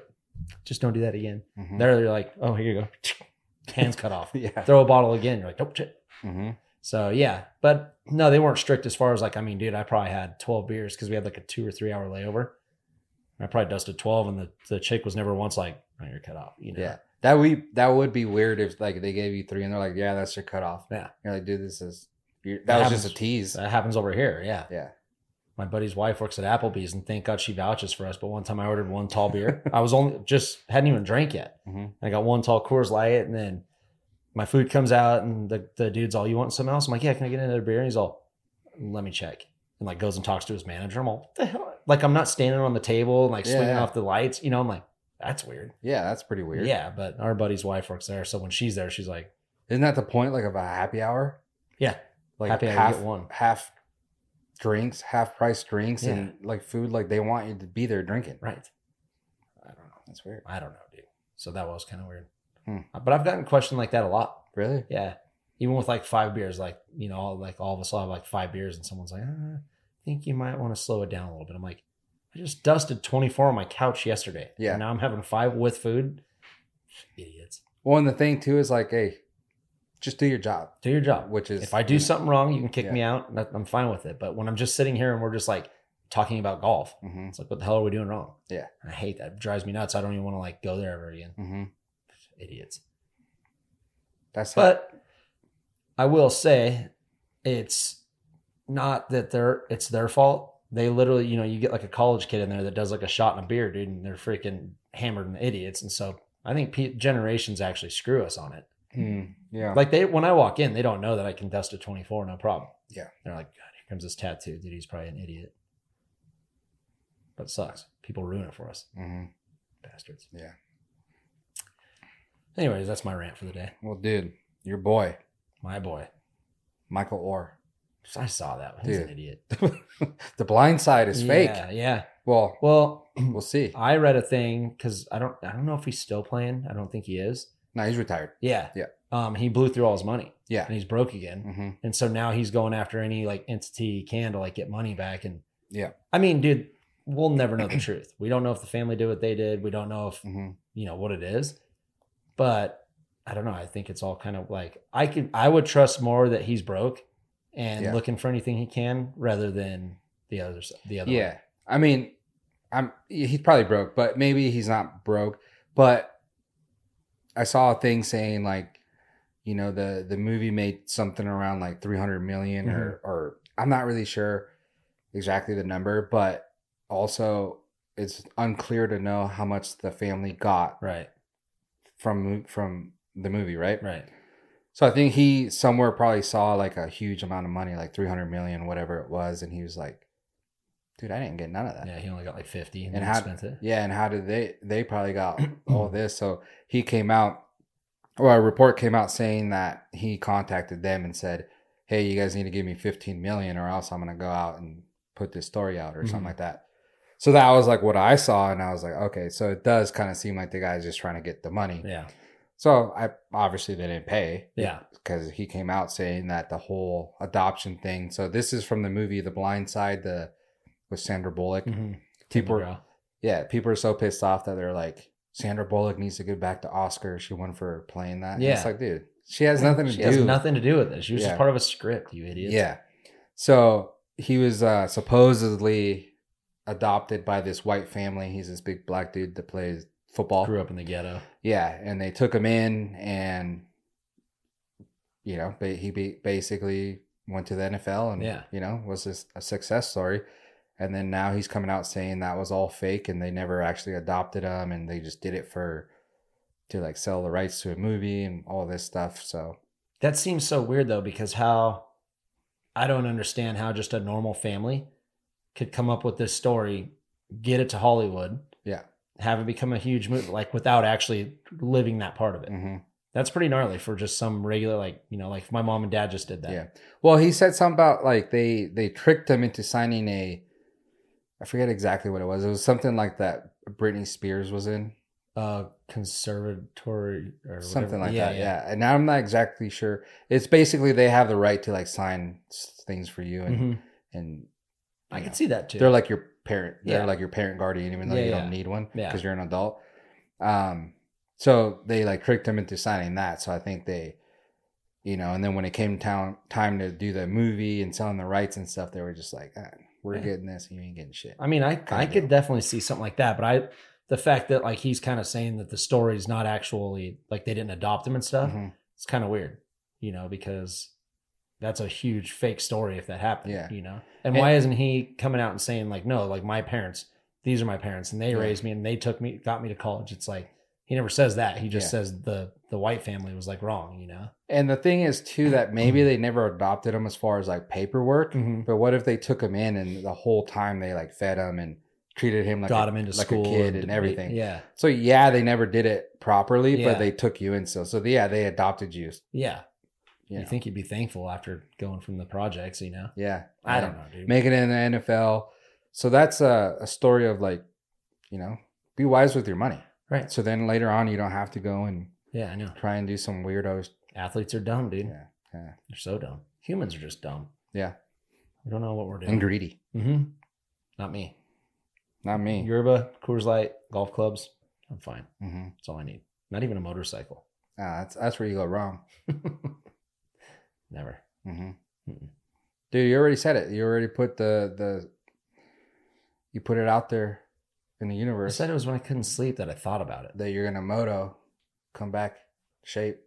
Speaker 2: just don't do that again.
Speaker 1: Mhm.
Speaker 2: There they're like, oh, here you go. Hands cut off.
Speaker 1: Yeah.
Speaker 2: Throw a bottle again. You're like, nope, shit.
Speaker 1: hmm
Speaker 2: So yeah, but no, they weren't strict as far as like I mean, dude, I probably had twelve beers because we had like a two or three hour layover. I probably dusted twelve, and the, the chick was never once like, "Oh, you're cut off," you know.
Speaker 1: Yeah. That we that would be weird if like they gave you three and they're like, yeah, that's your cutoff.
Speaker 2: Yeah.
Speaker 1: You're like, dude, this is you're, that,
Speaker 2: That
Speaker 1: was
Speaker 2: happens.
Speaker 1: just a tease.
Speaker 2: That happens over here. Yeah,
Speaker 1: Yeah.
Speaker 2: my buddy's wife works at Applebee's, and thank God she vouches for us. But one time I ordered one tall beer. I was only just hadn't even drank yet.
Speaker 1: Mhm.
Speaker 2: I got one tall Coors Light, and then my food comes out, and the, the dude's all, "You want something else?" I'm like, "Yeah, can I get another beer?" And he's all, "Let me check." And like goes and talks to his manager. I'm all, "What the hell?" Like I'm not standing on the table, and like
Speaker 1: Yeah,
Speaker 2: swinging
Speaker 1: yeah.
Speaker 2: off the lights. You know, I'm like, "That's weird."
Speaker 1: Yeah, that's pretty weird.
Speaker 2: Yeah, but our buddy's wife works there, so when she's there, she's like,
Speaker 1: Isn't that the point like of a happy hour?
Speaker 2: "Yeah,
Speaker 1: Like
Speaker 2: happy
Speaker 1: half
Speaker 2: I get one."
Speaker 1: half drinks, half price drinks and like food, like they want you to be there drinking.
Speaker 2: Right. I don't know.
Speaker 1: That's weird.
Speaker 2: I don't know, dude. So that was kind of weird.
Speaker 1: Hmm.
Speaker 2: Uh, But I've gotten questioned like that a lot.
Speaker 1: Really?
Speaker 2: Yeah. Even with like five beers, like, you know, all- like all of us will have like five beers and someone's like, uh, I think you might want to slow it down a little bit. I'm like, I just dusted 24 on my couch yesterday.
Speaker 1: Yeah.
Speaker 2: And now I'm having five with food. Idiots.
Speaker 1: Well, and the thing too is like, hey, just do your job,
Speaker 2: Do your job.
Speaker 1: which is Mm-hmm.
Speaker 2: If I do something wrong, you can kick
Speaker 1: Yeah.
Speaker 2: me out. and that- I'm fine with it. But when I'm just sitting here and we're just like talking about golf,
Speaker 1: hmm
Speaker 2: it's like, what the hell are we doing wrong?
Speaker 1: Yeah.
Speaker 2: I hate that. It drives me nuts. I don't even want to like go there ever again.
Speaker 1: hmm
Speaker 2: Idiots.
Speaker 1: That's how-
Speaker 2: But I will say it's not that they're it's their fault. They literally, you know, you get like a college kid in there that does like a shot and a beer, dude, and they're freaking hammered and idiots. And so I think pe- generations actually screw us on it.
Speaker 1: Hmm. yeah.
Speaker 2: Like they, when I walk in, they don't know that I can dust a twenty four, no problem.
Speaker 1: Yeah.
Speaker 2: they're like, God, here comes this tattoo, dude. He's probably an idiot. But it sucks. People ruin it for us,
Speaker 1: hmm
Speaker 2: bastards.
Speaker 1: Yeah.
Speaker 2: Anyways, that's my rant for the day.
Speaker 1: Well, dude, your boy
Speaker 2: My boy,
Speaker 1: Michael Orr,
Speaker 2: I saw that. He's an
Speaker 1: Dude.
Speaker 2: idiot.
Speaker 1: the Blind Side is fake.
Speaker 2: Yeah, yeah.
Speaker 1: Well,
Speaker 2: Well,
Speaker 1: we'll see.
Speaker 2: I read a thing because I don't I don't know if he's still playing. I don't think he is.
Speaker 1: No, he's retired.
Speaker 2: Yeah.
Speaker 1: Yeah.
Speaker 2: Um, he blew through all his money
Speaker 1: Yeah.
Speaker 2: and he's broke again.
Speaker 1: hmm
Speaker 2: And so now he's going after any like entity he can to like get money back. And
Speaker 1: Yeah.
Speaker 2: I mean, dude, we'll never know the truth. We don't know if the family did what they did. We don't know if
Speaker 1: hmm
Speaker 2: you know what it is. But I don't know. I think it's all kind of like I could I would trust more that he's broke and
Speaker 1: Yeah.
Speaker 2: looking for anything he can rather than the other s- the other way.
Speaker 1: Yeah. I mean, I'm he's probably broke, but maybe he's not broke. But I saw a thing saying like, you know, the the movie made something around like 300 million or
Speaker 2: Mm-hmm.
Speaker 1: or I'm not really sure exactly the number, but also it's unclear to know how much the family got
Speaker 2: Right.
Speaker 1: from mo- from the movie, right?
Speaker 2: Right.
Speaker 1: So I think he somewhere probably saw like a huge amount of money, like 300 million, whatever it was, and he was like, "Dude, I didn't get none of that."
Speaker 2: Yeah, he only got like fifty and,
Speaker 1: And
Speaker 2: then
Speaker 1: how-
Speaker 2: spent it.
Speaker 1: Yeah, and how did they? They probably got all this. So he came out, or a report came out saying that he contacted them and said, "Hey, you guys need to give me 15 million, or else I'm gonna go out and put this story out, or
Speaker 2: Mhm.
Speaker 1: something like that." So that was like what I saw, and I was like, "Okay, so it does kind of seem like the guy's just trying to get the money."
Speaker 2: Yeah,
Speaker 1: So I obviously they didn't pay
Speaker 2: yeah,
Speaker 1: because he came out saying that the whole adoption thing. So this is from the movie The Blind Side, the with Sandra Bullock.
Speaker 2: Mhm.
Speaker 1: People are
Speaker 2: McGraw.
Speaker 1: yeah, people are so pissed off that they're like, Sandra Bullock needs to get back to Oscar. She won for playing that. And it's
Speaker 2: Yeah.
Speaker 1: like, dude, she has nothing to
Speaker 2: She
Speaker 1: do.
Speaker 2: has nothing to do with it. She was
Speaker 1: Yeah.
Speaker 2: just part of a script, you idiot.
Speaker 1: Yeah. So he was uh, supposedly adopted by this white family. He's this big black dude that plays football.
Speaker 2: grew up in the ghetto.
Speaker 1: Yeah, and they took him in, and you know, ba- he be- basically went to the NFL, and
Speaker 2: Yeah.
Speaker 1: you know, was this a success story. And then now he's coming out saying that was all fake, and they never actually adopted him, and they just did it for to like sell the rights to a movie and all this stuff. So
Speaker 2: That seems so weird though, because how I don't understand how just a normal family could come up with this story, get it to Hollywood,
Speaker 1: Yeah.
Speaker 2: have it become a huge movie, like without actually living that part of it.
Speaker 1: mhm.
Speaker 2: That's pretty gnarly for just some regular, like you know, like my mom and dad just did that.
Speaker 1: Yeah. Well, he said something about like they they tricked him into signing a, I forget exactly what it was. It was something like that. Britney Spears was in
Speaker 2: Uh, conservatory or
Speaker 1: something
Speaker 2: whatever.
Speaker 1: like that. Yeah. And now I'm not exactly sure. It's basically they have the right to like sign s- things for you and
Speaker 2: Mhm.
Speaker 1: and
Speaker 2: I
Speaker 1: you
Speaker 2: can
Speaker 1: know,
Speaker 2: see that too.
Speaker 1: they're like your parent. They're
Speaker 2: Yeah.
Speaker 1: like your parent guardian, even though
Speaker 2: Yeah,
Speaker 1: you
Speaker 2: yeah.
Speaker 1: don't need one
Speaker 2: Yeah.
Speaker 1: because you're an adult. Um, so they like tricked him into signing that. So I think they, you know, and then when it came town time to do the movie and selling the rights and stuff, they were just like, "Ah, "We're
Speaker 2: Yeah.
Speaker 1: getting this, and you ain't getting shit."
Speaker 2: I mean, I
Speaker 1: Kinda
Speaker 2: I
Speaker 1: deal.
Speaker 2: could definitely see something like that, but I the fact that like he's kind of saying that the story's not actually like they didn't adopt him and stuff,
Speaker 1: Mhm.
Speaker 2: it's kind of weird, you know, because that's a huge fake story if that happened,
Speaker 1: Yeah.
Speaker 2: you know. And,
Speaker 1: And-
Speaker 2: why isn't he coming out and saying like, no, like my parents, these are my parents, and they
Speaker 1: Yeah.
Speaker 2: raised me and they took me, got me to college. It's like he never says that. He just
Speaker 1: Yeah.
Speaker 2: says the the white family was like wrong, you know.
Speaker 1: And the thing is too that maybe they never adopted him as far as like paperwork.
Speaker 2: Mm-hmm.
Speaker 1: But what if they took him in and the whole time they like fed him and treated him like
Speaker 2: got
Speaker 1: a,
Speaker 2: him into
Speaker 1: like a
Speaker 2: school
Speaker 1: kid and everything?
Speaker 2: Yeah,
Speaker 1: So yeah, they never did it properly,
Speaker 2: Yeah.
Speaker 1: but they took you in. So so yeah, they adopted you.
Speaker 2: yeah.
Speaker 1: you
Speaker 2: You
Speaker 1: know.
Speaker 2: think you'd be thankful after going from the projects, you know?
Speaker 1: Yeah,
Speaker 2: I
Speaker 1: Yeah.
Speaker 2: don't know, dude.
Speaker 1: Make it in the NFL. So that's a, a story of like, you know, be wise with your money.
Speaker 2: Right.
Speaker 1: So then later on, you don't have to go and
Speaker 2: Yeah, I know.
Speaker 1: try and do some weirdos.
Speaker 2: Athletes are dumb, dude.
Speaker 1: Yeah, yeah,
Speaker 2: They're so dumb. Humans are just dumb.
Speaker 1: Yeah.
Speaker 2: We don't know what we're doing.
Speaker 1: and greedy.
Speaker 2: hmm Not me.
Speaker 1: Not me.
Speaker 2: Yerba, Coors Light, golf clubs. I'm fine.
Speaker 1: Mhm.
Speaker 2: That's all I need. Not even a motorcycle.
Speaker 1: Ah, that's that's where you go wrong.
Speaker 2: Never.
Speaker 1: hmm
Speaker 2: Mm-mm.
Speaker 1: Dude, you already said it. You already put the the you put it out there in the
Speaker 2: I
Speaker 1: universe
Speaker 2: said it was when I couldn't sleep that I thought about it.
Speaker 1: that you're gonna moto, come back, shape,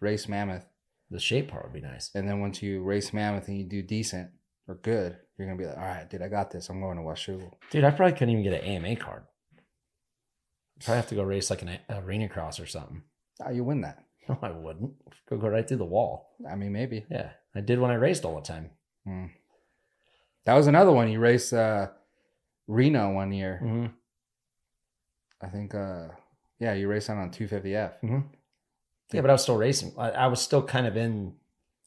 Speaker 1: race mammoth,
Speaker 2: The shape part would be nice.
Speaker 1: and then once you race mammoth and you do decent or good, you're gonna be like, all right, dude, I got this. I'm going to Washugal.
Speaker 2: Dude, I probably couldn't even get an AMA card. Probably have to go race like an a- arena cross or something.
Speaker 1: Oh, you win that.
Speaker 2: No, I wouldn't. Go go right through the wall.
Speaker 1: I mean, maybe
Speaker 2: Yeah, I did when I raced all the time.
Speaker 1: that was another one. You raced uh, Reno one year.
Speaker 2: Mm-hmm.
Speaker 1: I think. uh Yeah, you raced on on 250F.
Speaker 2: Yeah, but I was still racing. I, I was still kind of in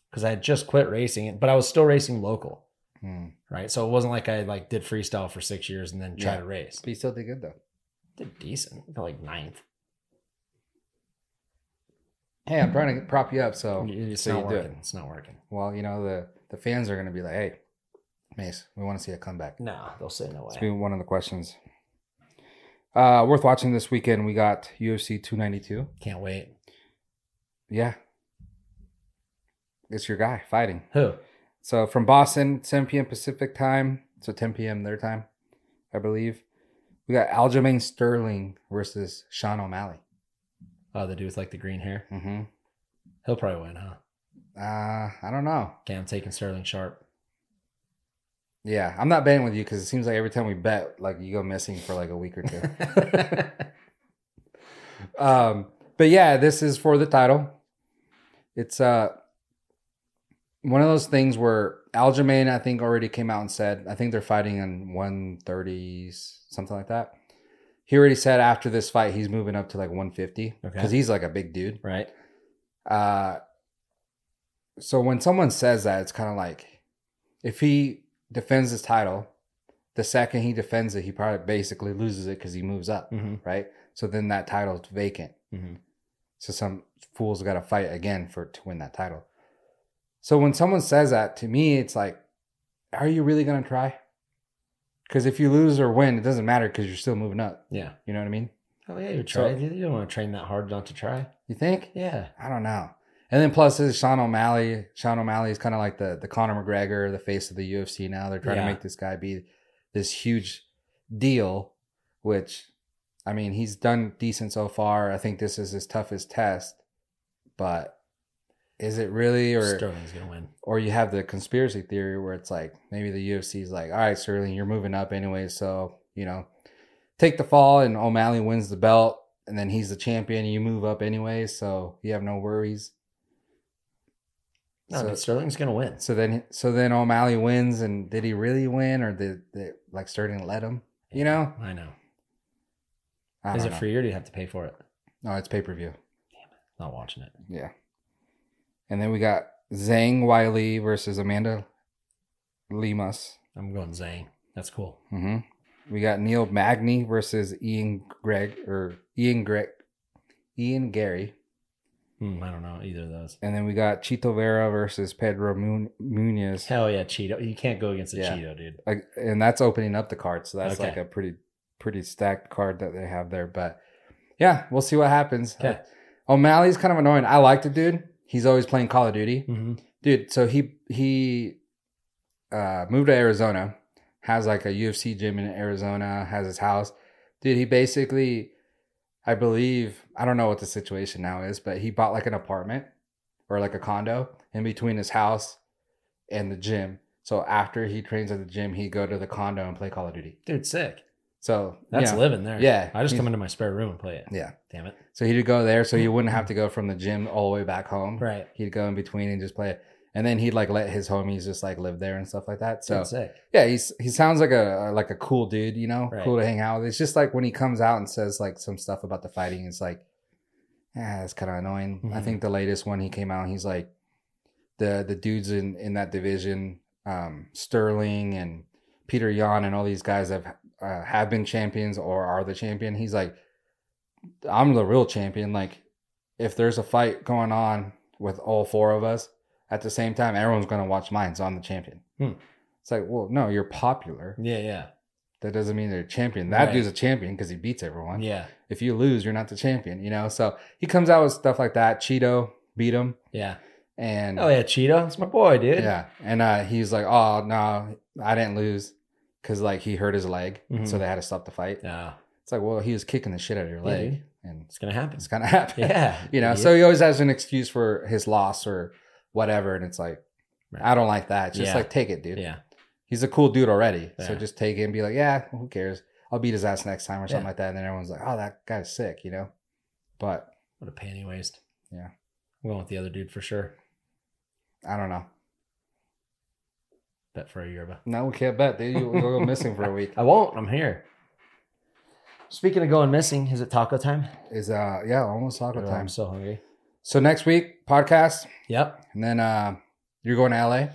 Speaker 2: because I had just quit racing, but I was still racing local,
Speaker 1: Hmm.
Speaker 2: right? So it wasn't like I like did freestyle for six years and then try
Speaker 1: Yeah.
Speaker 2: to race.
Speaker 1: But you still did good though.
Speaker 2: Did decent, I got like ninth.
Speaker 1: Hey, I'm trying to prop you up. So
Speaker 2: it's
Speaker 1: Oh, so you
Speaker 2: not
Speaker 1: do it.
Speaker 2: working. It's not working.
Speaker 1: well, you know, the the fans are going to be like, "Hey, Mace, we want to see a comeback."
Speaker 2: No, they'll say no
Speaker 1: It's
Speaker 2: way.
Speaker 1: been one of the questions. Uh, worth watching this weekend. We got UFC 292.
Speaker 2: Can't wait.
Speaker 1: Yeah, it's your guy fighting.
Speaker 2: Who?
Speaker 1: So from Boston, 7 p.m. Pacific time, so 10 p.m. their time, I believe. We got Aljamain Sterling versus Sean O'Malley.
Speaker 2: Oh, the dude with like the green hair.
Speaker 1: Mm-hmm.
Speaker 2: He'll probably win, huh?
Speaker 1: Uh, I don't know.
Speaker 2: Okay, I'm taking Sterling Sharp.
Speaker 1: Yeah, I'm not betting with you because it seems like every time we bet, like you go missing for like a week or two. um, but yeah, this is for the title. It's uh one of those things where Aljamain, I think, already came out and said, I think they're fighting in 130s, something like that. He already said after this fight, he's moving up to like 150
Speaker 2: Okay.
Speaker 1: because he's like a big dude.
Speaker 2: right?
Speaker 1: Uh, so when someone says that, it's kind of like if he defends his title, the second he defends it, he probably basically loses it because he moves up,
Speaker 2: Mm-hmm.
Speaker 1: right? So then that title's vacant.
Speaker 2: Mm-hmm.
Speaker 1: So some fool's got to fight again for to win that title. So when someone says that to me, it's like, are you really gonna try? Because if you lose or win, it doesn't matter because you're still moving up.
Speaker 2: Yeah.
Speaker 1: You know what I mean?
Speaker 2: Oh yeah, you
Speaker 1: So-
Speaker 2: try. you don't want to train that hard not to try.
Speaker 1: You think?
Speaker 2: Yeah.
Speaker 1: I don't know. And then plus is Sean O'Malley. Sean O'Malley is kind of like the the Conor McGregor, the face of the UFC now. They're trying
Speaker 2: Yeah.
Speaker 1: to make this guy be this huge deal, which I mean, he's done decent so far. I think this is his toughest test. But is it really or
Speaker 2: Sterling's gonna win.
Speaker 1: or you have the conspiracy theory where it's like maybe the UFC is like, all right, Sterling, you're moving up anyway, so you know, take the fall, and O'Malley wins the belt, and then he's the champion. And you move up anyway, so you have no worries.
Speaker 2: No,
Speaker 1: So-
Speaker 2: dude, Sterling's gonna win.
Speaker 1: So then, so then O'Malley wins, and did he really win, or did, did like Sterling let him? You know,
Speaker 2: I know.
Speaker 1: I
Speaker 2: Is
Speaker 1: don't
Speaker 2: it
Speaker 1: know.
Speaker 2: free or do you have to pay for it?
Speaker 1: No, it's pay per view.
Speaker 2: Not watching it.
Speaker 1: Yeah. And then we got Zhang Wiley versus Amanda Lemus.
Speaker 2: I'm going Zang. That's cool.
Speaker 1: hmm We got Neil Magny versus Ian Greg or Ian Greg, Ian Gary.
Speaker 2: Hmm, I don't know either of those.
Speaker 1: And then we got Chito Vera versus Pedro Mun- Munoz.
Speaker 2: Hell yeah, Cheeto. You can't go against a
Speaker 1: Yeah.
Speaker 2: Cheeto, dude.
Speaker 1: Like, and that's opening up the card. So that's
Speaker 2: Okay.
Speaker 1: like a pretty, pretty stacked card that they have there. But yeah, we'll see what happens. Uh,
Speaker 2: Okay.
Speaker 1: O'Malley's kind of annoying. I like the dude. He's always playing Call of Duty.
Speaker 2: Mhm.
Speaker 1: dude so he he uh moved to arizona has like a ufc gym in arizona has his house dude he basically i believe i don't know what the situation now is but he bought like an apartment or like a condo in between his house and the gym so after he trains at the gym he'd go to the condo and play call of duty
Speaker 2: Dude, sick.
Speaker 1: so
Speaker 2: That's
Speaker 1: yeah,
Speaker 2: living there.
Speaker 1: yeah Mm.
Speaker 2: I just
Speaker 1: he's-
Speaker 2: come into my spare room and play it.
Speaker 1: yeah
Speaker 2: Damn it.
Speaker 1: so he'd go there so he wouldn't have to go from the gym all the way back home
Speaker 2: Right.
Speaker 1: he'd go in between and just play it. And then he'd like let his homies just like live there and stuff like that. So
Speaker 2: Dude, sick.
Speaker 1: yeah, he's he sounds like a like a cool dude, you know,
Speaker 2: Right.
Speaker 1: cool to hang out with. It's just like when he comes out and says like some stuff about the fighting, it's like, yeah, it's kind of annoying. I
Speaker 2: Mhm.
Speaker 1: think the latest one he came out, he's like, the the dudes in in that division, um, Sterling and Peter Yan and all these guys have uh, have been champions or are the champion. He's like, I'm the real champion. Like, if there's a fight going on with all four of us at the same time, everyone's gonna watch mine. So I'm the champion.
Speaker 2: Hmm.
Speaker 1: It's like, well, no, you're popular.
Speaker 2: Yeah, yeah.
Speaker 1: That doesn't mean you're a champion. That
Speaker 2: Right.
Speaker 1: dude's a champion because he beats everyone.
Speaker 2: Yeah.
Speaker 1: If you lose, you're not the champion. You know. So he comes out with stuff like that. Cheeto beat him,
Speaker 2: Yeah.
Speaker 1: and
Speaker 2: Oh yeah, Cheeto. It's my boy, dude.
Speaker 1: Mm. yeah, and uh, he's like, oh no, I didn't lose because like he hurt his leg,
Speaker 2: Mhm.
Speaker 1: so they had to stop the fight.
Speaker 2: No,
Speaker 1: It's like, well, he was kicking the shit out of your
Speaker 2: Yeah,
Speaker 1: leg,
Speaker 2: dude.
Speaker 1: and
Speaker 2: it's gonna happen.
Speaker 1: it's gonna happen.
Speaker 2: Yeah.
Speaker 1: you know.
Speaker 2: idiot.
Speaker 1: So he always has an excuse for his loss or whatever, and it's like,
Speaker 2: Right.
Speaker 1: I don't like that. It's just
Speaker 2: Yeah.
Speaker 1: like take it, dude.
Speaker 2: yeah.
Speaker 1: he's a cool dude already. So
Speaker 2: Yeah.
Speaker 1: just take it and be like, yeah, who cares? I'll beat his ass next time or something
Speaker 2: Yeah.
Speaker 1: like that. And then everyone's like, oh, that guy's sick, you know? But
Speaker 2: What a panty waste.
Speaker 1: Yeah.
Speaker 2: I'm going with the other dude for sure.
Speaker 1: I don't know.
Speaker 2: Bet for a Yerba.
Speaker 1: No, we can't bet, dude. You- You'll go missing for a week.
Speaker 2: I won't. I'm here. Speaking of going missing, is it taco time?
Speaker 1: Is uh yeah, almost taco
Speaker 2: Oh, I'm
Speaker 1: time.
Speaker 2: so hungry.
Speaker 1: So next week, podcast,
Speaker 2: Yep.
Speaker 1: and then uh you're going to LA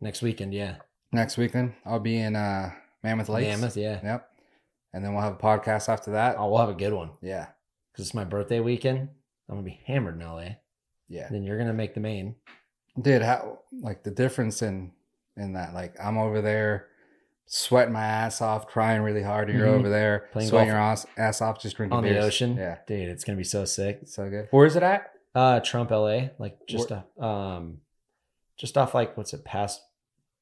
Speaker 2: Next weekend, yeah.
Speaker 1: next weekend. I'll be in uh Mammoth Lakes.
Speaker 2: Mammoth, yeah.
Speaker 1: Yep. And then we'll have a podcast after that.
Speaker 2: Oh, we'll have a good one
Speaker 1: Yeah.
Speaker 2: because it's my birthday weekend. I'm gonna be hammered in LA.
Speaker 1: Yeah.
Speaker 2: Then you're gonna make the main.
Speaker 1: dude how like the difference in in that like i'm over there sweating my ass off trying really hard and you're
Speaker 2: Mhm.
Speaker 1: over there
Speaker 2: Playing
Speaker 1: sweating
Speaker 2: golf.
Speaker 1: your ass, ass off just drinking
Speaker 2: On the
Speaker 1: beers.
Speaker 2: ocean?
Speaker 1: yeah
Speaker 2: Dude, it's gonna be so sick.
Speaker 1: it's so good where is it at
Speaker 2: Uh Trump LA, like just off, um just off like what's it past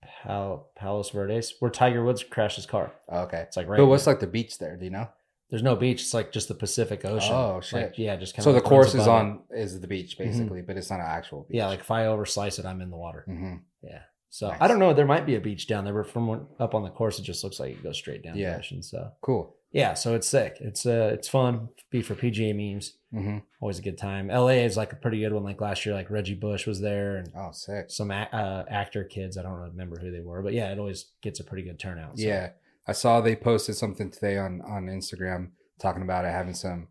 Speaker 2: Pal- Palos Verdes where Tiger Woods crashed his car.
Speaker 1: oh, okay
Speaker 2: It's like right.
Speaker 1: but what's
Speaker 2: there.
Speaker 1: like the beach there do you know
Speaker 2: there's no beach, it's like just the Pacific Ocean.
Speaker 1: Oh, shit.
Speaker 2: Like, yeah, just kind
Speaker 1: so
Speaker 2: of
Speaker 1: the course is on is the beach basically but it's not an actual beach
Speaker 2: Mm-hmm. Yeah, like if I overslice it, I'm in the water.
Speaker 1: hmm
Speaker 2: So
Speaker 1: Nice.
Speaker 2: I don't know. There might be a beach down there, but from when- up on the course, it just looks like it goes straight down
Speaker 1: Yeah.
Speaker 2: the ocean. So
Speaker 1: cool
Speaker 2: yeah, so it's sick. It's uh, it's fun. Be for PGA memes.
Speaker 1: hmm
Speaker 2: Always a good time. LA is like a pretty good one. Like last year, like Reggie Bush was there and
Speaker 1: oh sick
Speaker 2: some a- uh, actor kids. I don't remember who they were, but yeah, it always gets a pretty good turnout. So.
Speaker 1: yeah i saw they posted something today on on instagram talking about it having some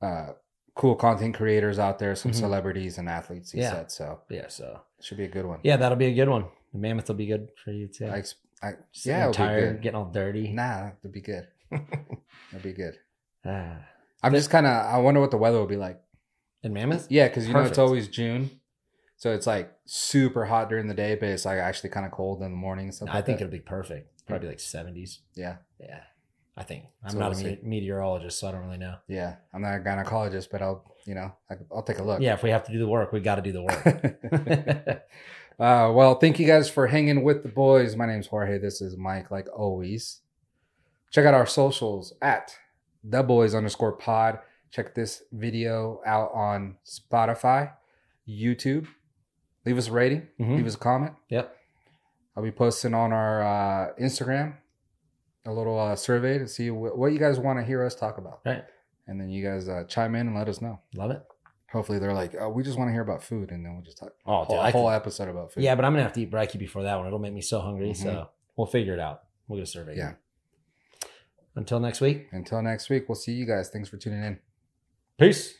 Speaker 1: uh cool content creators out there some
Speaker 2: Mhm.
Speaker 1: celebrities and athletes he
Speaker 2: Yeah.
Speaker 1: said so
Speaker 2: yeah. So
Speaker 1: should be a good one
Speaker 2: yeah, that'll be a good one. The Mammoth will be good for you too.
Speaker 1: I, ex- I
Speaker 2: Just
Speaker 1: yeah, it'll
Speaker 2: getting tired,
Speaker 1: be
Speaker 2: getting all dirty.
Speaker 1: good. Nah, that'd be good. that'd be good.
Speaker 2: Ah.
Speaker 1: I'm just kind of. I wonder what the weather will be like.
Speaker 2: And Mammoth,
Speaker 1: Yeah, because you know it's
Speaker 2: Perfect.
Speaker 1: always June, so it's like super hot during the day, but it's like actually kind of cold in the morning and stuff.
Speaker 2: I
Speaker 1: like
Speaker 2: think
Speaker 1: that.
Speaker 2: it'll be perfect. Probably like 70s.
Speaker 1: Yeah,
Speaker 2: Yeah, I think I'm
Speaker 1: So
Speaker 2: not
Speaker 1: we'll
Speaker 2: a me- meteorologist, so I don't really know.
Speaker 1: yeah. I'm not a gynecologist, but I'll you know I, I'll take a look.
Speaker 2: Yeah, if we have to do the work, we got to do the work.
Speaker 1: uh, well, thank you guys for hanging with the boys. My name's Jorge. This is Mike, like always. Check out our socials at the boys underscore pod. Check this video out on Spotify, YouTube. Leave us a rating,
Speaker 2: Mhm.
Speaker 1: leave us a comment.
Speaker 2: Yep.
Speaker 1: I'll be posting on our uh, Instagram a little uh, survey to see wh- what you guys want to hear us talk about.
Speaker 2: Right.
Speaker 1: And then you guys uh, chime in and let us know.
Speaker 2: Love it.
Speaker 1: Hopefully, they're like, oh, we just want to hear about food. And then we'll just talk
Speaker 2: Oh, dude,
Speaker 1: whole,
Speaker 2: I
Speaker 1: whole
Speaker 2: could-
Speaker 1: episode about food.
Speaker 2: yeah, but I'm gonna have to eat brekkie before that one. It'll make me so hungry. So we'll figure it out. We'll get a survey.
Speaker 1: Mm-hmm. Yeah.
Speaker 2: Until next week.
Speaker 1: Until next week, we'll see you guys. Thanks for tuning in.
Speaker 2: Peace.